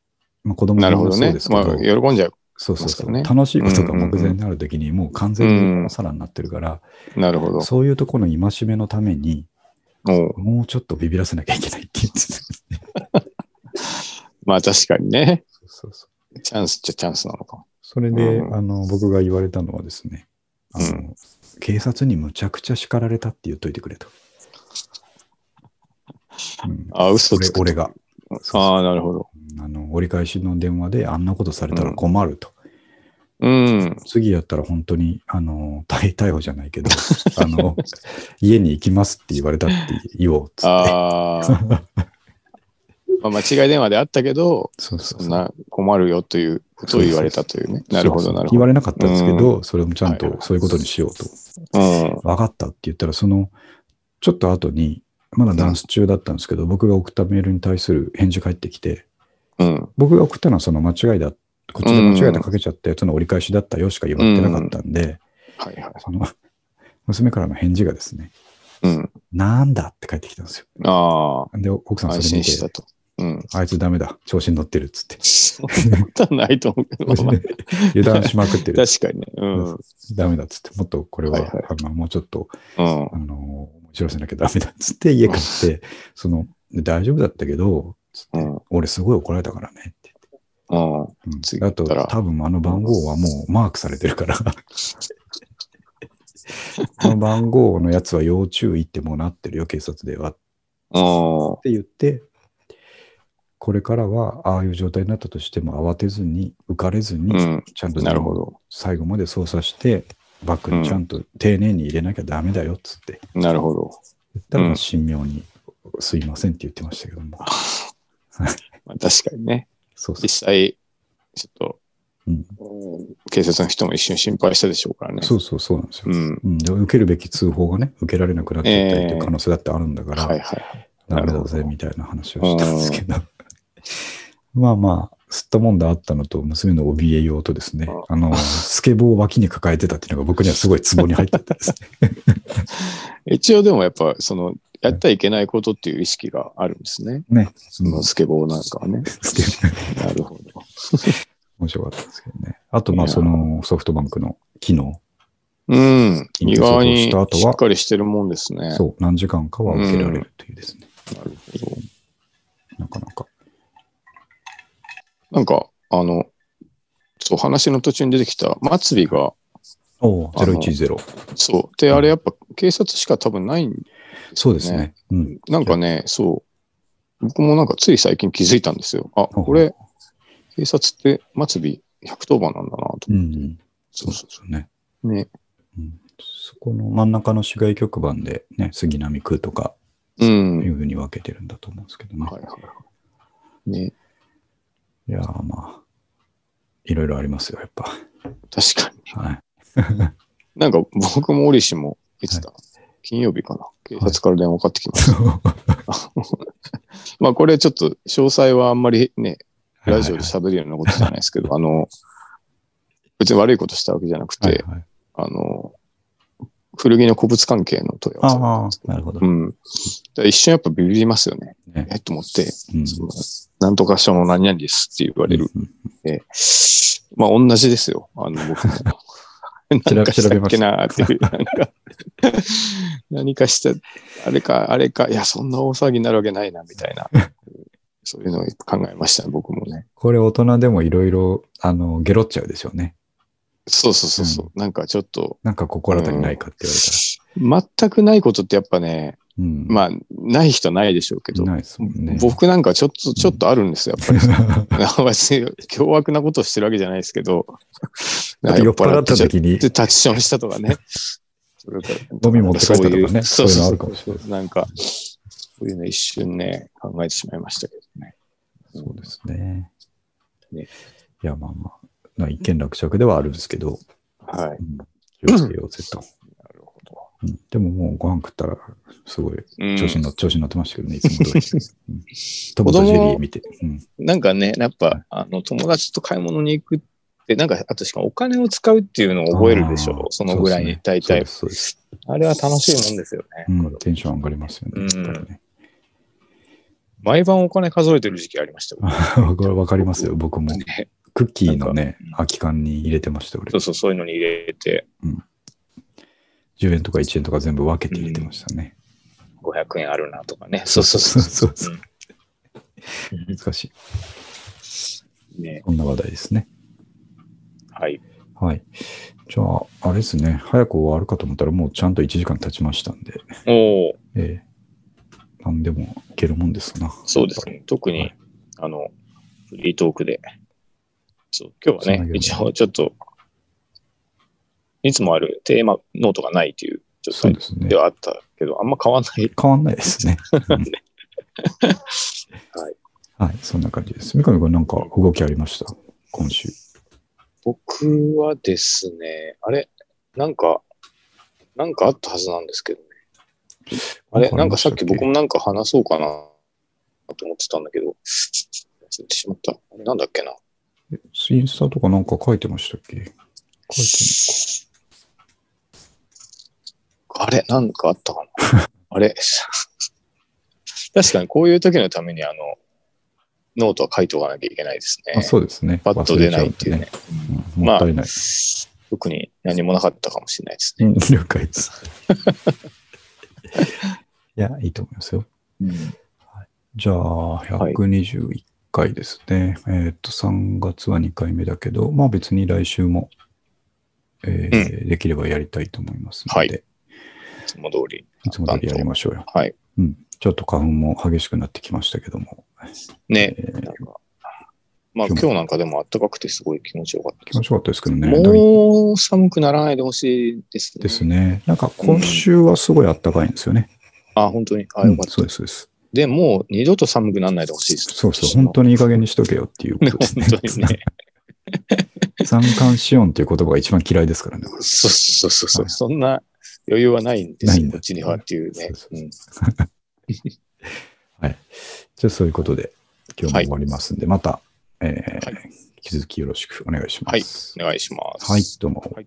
Speaker 2: まあ、子供
Speaker 1: な
Speaker 2: も
Speaker 1: るほど
Speaker 2: そう
Speaker 1: ね
Speaker 2: です。け
Speaker 1: ま
Speaker 2: ど、
Speaker 1: あ、喜んじゃ
Speaker 2: そうそうそう、
Speaker 1: ますからね
Speaker 2: 楽しいことが目前になる時に、もう完全におさらになってるから、
Speaker 1: う。なるほど。
Speaker 2: そういうところの戒めのために、
Speaker 1: おう
Speaker 2: もうちょっとビビらせなきゃいけないって言ってた。
Speaker 1: まあ確かにね。
Speaker 2: そうそうそう
Speaker 1: チャンスっちゃチャンスなのか。
Speaker 2: それで、
Speaker 1: うん
Speaker 2: あの、僕が言われたのはですね、あの、
Speaker 1: う
Speaker 2: 警察にむちゃくちゃ叱られたって言っといてくれと。うん、
Speaker 1: ああ、嘘
Speaker 2: 俺
Speaker 1: つくと
Speaker 2: 俺が。そう
Speaker 1: ああ、なるほど。
Speaker 2: あの折り返しの電話であんなことされたら困ると。
Speaker 1: うん。
Speaker 2: 次やったら本当に、あの、逮逮捕じゃないけど、あ の、家に行きますって言われたって言おうっつって。
Speaker 1: ああ。 まあ、間違い電話であったけど、
Speaker 2: そうそう
Speaker 1: そ
Speaker 2: そ
Speaker 1: ん
Speaker 2: う。
Speaker 1: な困るよということを言われたというね。なるほ
Speaker 2: そう
Speaker 1: ど、
Speaker 2: そう
Speaker 1: なるほ
Speaker 2: 言
Speaker 1: ど。
Speaker 2: われなかったんですけど、それもちゃん
Speaker 1: はいは
Speaker 2: と
Speaker 1: い
Speaker 2: そういうことにしようと。
Speaker 1: うん。
Speaker 2: 分かったって言ったら、その、ちょっと後に、まだダンス中だったんですけど、僕が送ったメールに対する返事返ってきて、
Speaker 1: うん。
Speaker 2: 僕が送ったのはその間違いだ、こっちで間違いでかけちゃったやつの折り返しだったよしか言われてなかったんで、
Speaker 1: はいはい。
Speaker 2: その、 娘からの返事がですね、
Speaker 1: うん。
Speaker 2: なんだって返ってきたんですよ。
Speaker 1: あ
Speaker 2: で、奥さ
Speaker 1: あ、
Speaker 2: ん
Speaker 1: 安
Speaker 2: それ見
Speaker 1: 心した
Speaker 2: て、
Speaker 1: と。うん。
Speaker 2: あいつダメだ、調子に乗ってるっつって。
Speaker 1: そんなことはないと思うけど、まあ
Speaker 2: 油断しまくってる。
Speaker 1: 確かにね。 うん。
Speaker 2: ダメだっつって、もっとこれは、
Speaker 1: はいはい
Speaker 2: あのもうちょっと、
Speaker 1: うん。
Speaker 2: あの、面白せなきゃダメだっつって家帰って、その、大丈夫だったけど、つって
Speaker 1: うん
Speaker 2: 俺すごい怒られたからねって
Speaker 1: うん。
Speaker 2: 言って。
Speaker 1: 次
Speaker 2: うん、あと、
Speaker 1: 行ったら
Speaker 2: 多分あの番号はもうマークされてる から。この番号のやつは要注意ってもうなってるよ、警察ではっ
Speaker 1: うん。
Speaker 2: て言って、これからはああいう状態になったとしても慌てずに、浮かれずに、
Speaker 1: うん。
Speaker 2: ちゃんと
Speaker 1: なるほど。
Speaker 2: 最後まで操作して、バックにちゃんと丁寧に入れなきゃダメだよっつって。
Speaker 1: なるほど。
Speaker 2: 言ったらま
Speaker 1: う
Speaker 2: あ
Speaker 1: ん
Speaker 2: 神妙に、すいませんって言ってましたけども。
Speaker 1: まあ、確かにね。
Speaker 2: そうそう。
Speaker 1: 実際、ちょ
Speaker 2: うん
Speaker 1: っと、うん警察の人も一瞬心配したでしょうからね。
Speaker 2: そうそうそうなんですよ。
Speaker 1: うん。
Speaker 2: うん、で受けるべき通報がね、受けられなくなっちゃったりっていう可能性だってあるんだから、
Speaker 1: はいはい。
Speaker 2: ダメだぜみたいな話をしたんですけど、 まあまあ、吸ったもんだあったのと、娘の怯えようとですね、あの、スケボーを脇に抱えてたっていうのが僕にはすごいツボに入ってたんですね。
Speaker 1: 一応でもやっぱ、その、やったらいけないことっていう意識があるんです ね。
Speaker 2: ね。そ
Speaker 1: そのスケボーなんかはね。
Speaker 2: スケボー
Speaker 1: なるほど。
Speaker 2: 面白かったんですけどね。あと、まあ、そのソフトバンクの機能、
Speaker 1: うん。
Speaker 2: 緊急
Speaker 1: 意
Speaker 2: 走行
Speaker 1: 外
Speaker 2: し
Speaker 1: に
Speaker 2: た後は
Speaker 1: しっかりしてるもんですね。
Speaker 2: そう、何時間かは受けられるというですね。
Speaker 1: なるほど。
Speaker 2: なかなか。
Speaker 1: なんか、あの、そう、話の途中に出てきた、末尾が、
Speaker 2: おお、
Speaker 1: あの
Speaker 2: 010。
Speaker 1: そう。で、あれやっぱ警察しか多分ないん
Speaker 2: そうですね。うん。
Speaker 1: なんかね、そう。僕もなんかつい最近気づいたんですよ。あ、
Speaker 2: ほう
Speaker 1: これ、警察って末尾110番なんだなと。
Speaker 2: うんうん。
Speaker 1: そうそう
Speaker 2: そうね。
Speaker 1: そう。ね。
Speaker 2: うんそこの真ん中の市外局番でね、杉並区とか
Speaker 1: うん。
Speaker 2: いうふうに分けてるんだと思うんですけどね。
Speaker 1: はいはい。ね、
Speaker 2: い、やーまあ、いろいろありますよ、やっぱ。
Speaker 1: 確かに。
Speaker 2: はい。
Speaker 1: なんか僕も折しも、いつだ、金曜日かな。警察から電話かかってきま した。まあこれちょっと詳細はあんまりね、 ラジオで喋るようなことじゃないで すけど、あの、別に悪いことしたわけじゃなくて、
Speaker 2: はいはい、
Speaker 1: あの、古着の古物関係の問い合わせだったん
Speaker 2: あ
Speaker 1: ですけ
Speaker 2: あ、なるほど
Speaker 1: ど、う。ん。だから一瞬やっぱビビりますよね。
Speaker 2: ね
Speaker 1: えっと思って、
Speaker 2: うん
Speaker 1: そのなんとか所の何々ですって言われる。
Speaker 2: うん
Speaker 1: でまあ同じですよ。あの、僕 も。何かしたっけなーっていう、なんか、 何かした、あれか、あれか、いや、そんな大騒ぎになるわけないな、みた いな。そういうのを考えましたね、僕もね。
Speaker 2: これ大人でもいろいろ、あの、ゲロっちゃうでしょうね。
Speaker 1: そうそうそうそう、なんかちょっと、
Speaker 2: なんか心当たりないかって言われたら。
Speaker 1: 全くないことってやっぱね、
Speaker 2: うん。
Speaker 1: まあ、ない人はないでしょうけど、
Speaker 2: ないですもんね。
Speaker 1: 僕なんかちょっと、ちょっとあるんですよ、や っぱり。 別に凶悪なことをしてるわけじゃないですけど、
Speaker 2: だって酔っ払った時 に
Speaker 1: で、タッチションしたとかね。それから
Speaker 2: 飲み持って帰ったとかね。そう
Speaker 1: そ
Speaker 2: う
Speaker 1: い
Speaker 2: いううの
Speaker 1: のあ
Speaker 2: あ
Speaker 1: る
Speaker 2: る
Speaker 1: か
Speaker 2: かも
Speaker 1: も
Speaker 2: し
Speaker 1: し
Speaker 2: れ
Speaker 1: れ
Speaker 2: な
Speaker 1: な
Speaker 2: いい。
Speaker 1: なんか、そういうの一瞬ね、考えてしまいましたけどね。
Speaker 2: そうですね。
Speaker 1: ね
Speaker 2: いや、まあまあ、な一見落着ではあるんですけど、
Speaker 1: はい。
Speaker 2: う
Speaker 1: なる
Speaker 2: ん気をつけようぜと。
Speaker 1: ほど。
Speaker 2: うんでももうご飯食ったら、すごい
Speaker 1: うん
Speaker 2: 調子に乗,、調子に乗ってましたけ どね、いつも通り。うんトム
Speaker 1: 子
Speaker 2: と
Speaker 1: 供
Speaker 2: ジェリー見て。うん
Speaker 1: なんかね、やっぱ、あの、友達と買い物に行くって、なんか、あとしかもお金を使うっていうのを覚えるでし
Speaker 2: あー
Speaker 1: ょう。そのぐらいに、大
Speaker 2: そうで
Speaker 1: 体。
Speaker 2: すそうです
Speaker 1: あれは楽しいもんです
Speaker 2: そ
Speaker 1: よね。
Speaker 2: うです
Speaker 1: こ
Speaker 2: うん
Speaker 1: れ
Speaker 2: テンション上がりますよね。
Speaker 1: うん
Speaker 2: やっぱりね
Speaker 1: 毎晩お金数えてる時期ありましたよ。
Speaker 2: これわかりますよ、僕も。
Speaker 1: ね
Speaker 2: クッキーのね
Speaker 1: なん、か
Speaker 2: 空き缶に入れてました、俺
Speaker 1: そう。そう、そういうのに入れて、
Speaker 2: 10円とか1円とか全部分けて入れてましたね。
Speaker 1: 500円あるなとかね。そうそうそ う
Speaker 2: そう
Speaker 1: そ
Speaker 2: そうう
Speaker 1: うん。
Speaker 2: 難しい。
Speaker 1: ね、
Speaker 2: そんな話題ですね。
Speaker 1: はい。
Speaker 2: はい。じゃあ、あれですね。早く終わるかと思ったら、もうちゃんと1時間経ちましたんで、
Speaker 1: おお、
Speaker 2: ええ何でもいけるもんですな。
Speaker 1: そうです
Speaker 2: ね。
Speaker 1: ね。特に、あの、フリートークで。そう、今日は
Speaker 2: つな
Speaker 1: ね
Speaker 2: げ、る
Speaker 1: 一応ちょっと、いつもあるテーマ、ノートがないという状
Speaker 2: そうで
Speaker 1: 態
Speaker 2: すね
Speaker 1: で。はあったけど、あんま変わんない。
Speaker 2: 変わんないです ね。うん
Speaker 1: はい。
Speaker 2: はい、そんな感じです。三上君、なんか動きありました今週。
Speaker 1: 僕はですね、あれ、なんか、なんかあったはずなんですけどね。あれ、なんかさっき僕もなんか話そうかなと思ってたんだけど、忘れてしまった。あれなんだっけな。
Speaker 2: インスタとかなんか書いてましたっけ書いて
Speaker 1: あれ、なんかあったかな あれ確かにこういう時のためにあの、ノートは書いておかなきゃいけないですね。
Speaker 2: あ、そうですね。
Speaker 1: パッと出ないっていうね。
Speaker 2: 忘れちゃうとね。うんもったいない。
Speaker 1: 特に何もなかったかもしれないです
Speaker 2: う
Speaker 1: ね。
Speaker 2: ん、了解です。 いや、いいと思いますよ。じゃあ、
Speaker 1: い
Speaker 2: 121回ですね。えーっと、3月は2回目だけど、まあ別に来週も、えーできればやりたいと思いますので、、
Speaker 1: はいいつも通り。
Speaker 2: つも通りやりましょうよ。
Speaker 1: はい。
Speaker 2: うん。ちょっと花粉も激しくなってきましたけども、
Speaker 1: ね。
Speaker 2: えー
Speaker 1: なんかまあ今日なんかでも暖かくてすごい気持ちよかったで
Speaker 2: 気持
Speaker 1: す。
Speaker 2: ちよかったですけどね。土日
Speaker 1: もう寒くならないでほしいですね。
Speaker 2: ですね。なんか今週はすごい暖かいんですよね。
Speaker 1: あ、本当に。あ、
Speaker 2: う
Speaker 1: よ
Speaker 2: ん
Speaker 1: かっ
Speaker 2: そ
Speaker 1: た
Speaker 2: う。です、そうです。
Speaker 1: で、もう二度と寒くならないでほしいです。
Speaker 2: そうそう、本当にいい加減にしとけよっていうこ
Speaker 1: ね。
Speaker 2: とですね。
Speaker 1: 本当に ね。
Speaker 2: 三寒四温っていう言葉が一番嫌いですからね。
Speaker 1: そうそうそうそう、
Speaker 2: はい
Speaker 1: そんな余裕はないんです
Speaker 2: ないん
Speaker 1: よ、
Speaker 2: だ
Speaker 1: こっちにはっていうね。
Speaker 2: そうそうはい。じゃあそういうことで、今日も終わりますんで、また、えー
Speaker 1: は
Speaker 2: 引き続きよろしくお願いします。
Speaker 1: うんお願いします。
Speaker 2: はい、どうも。
Speaker 1: はい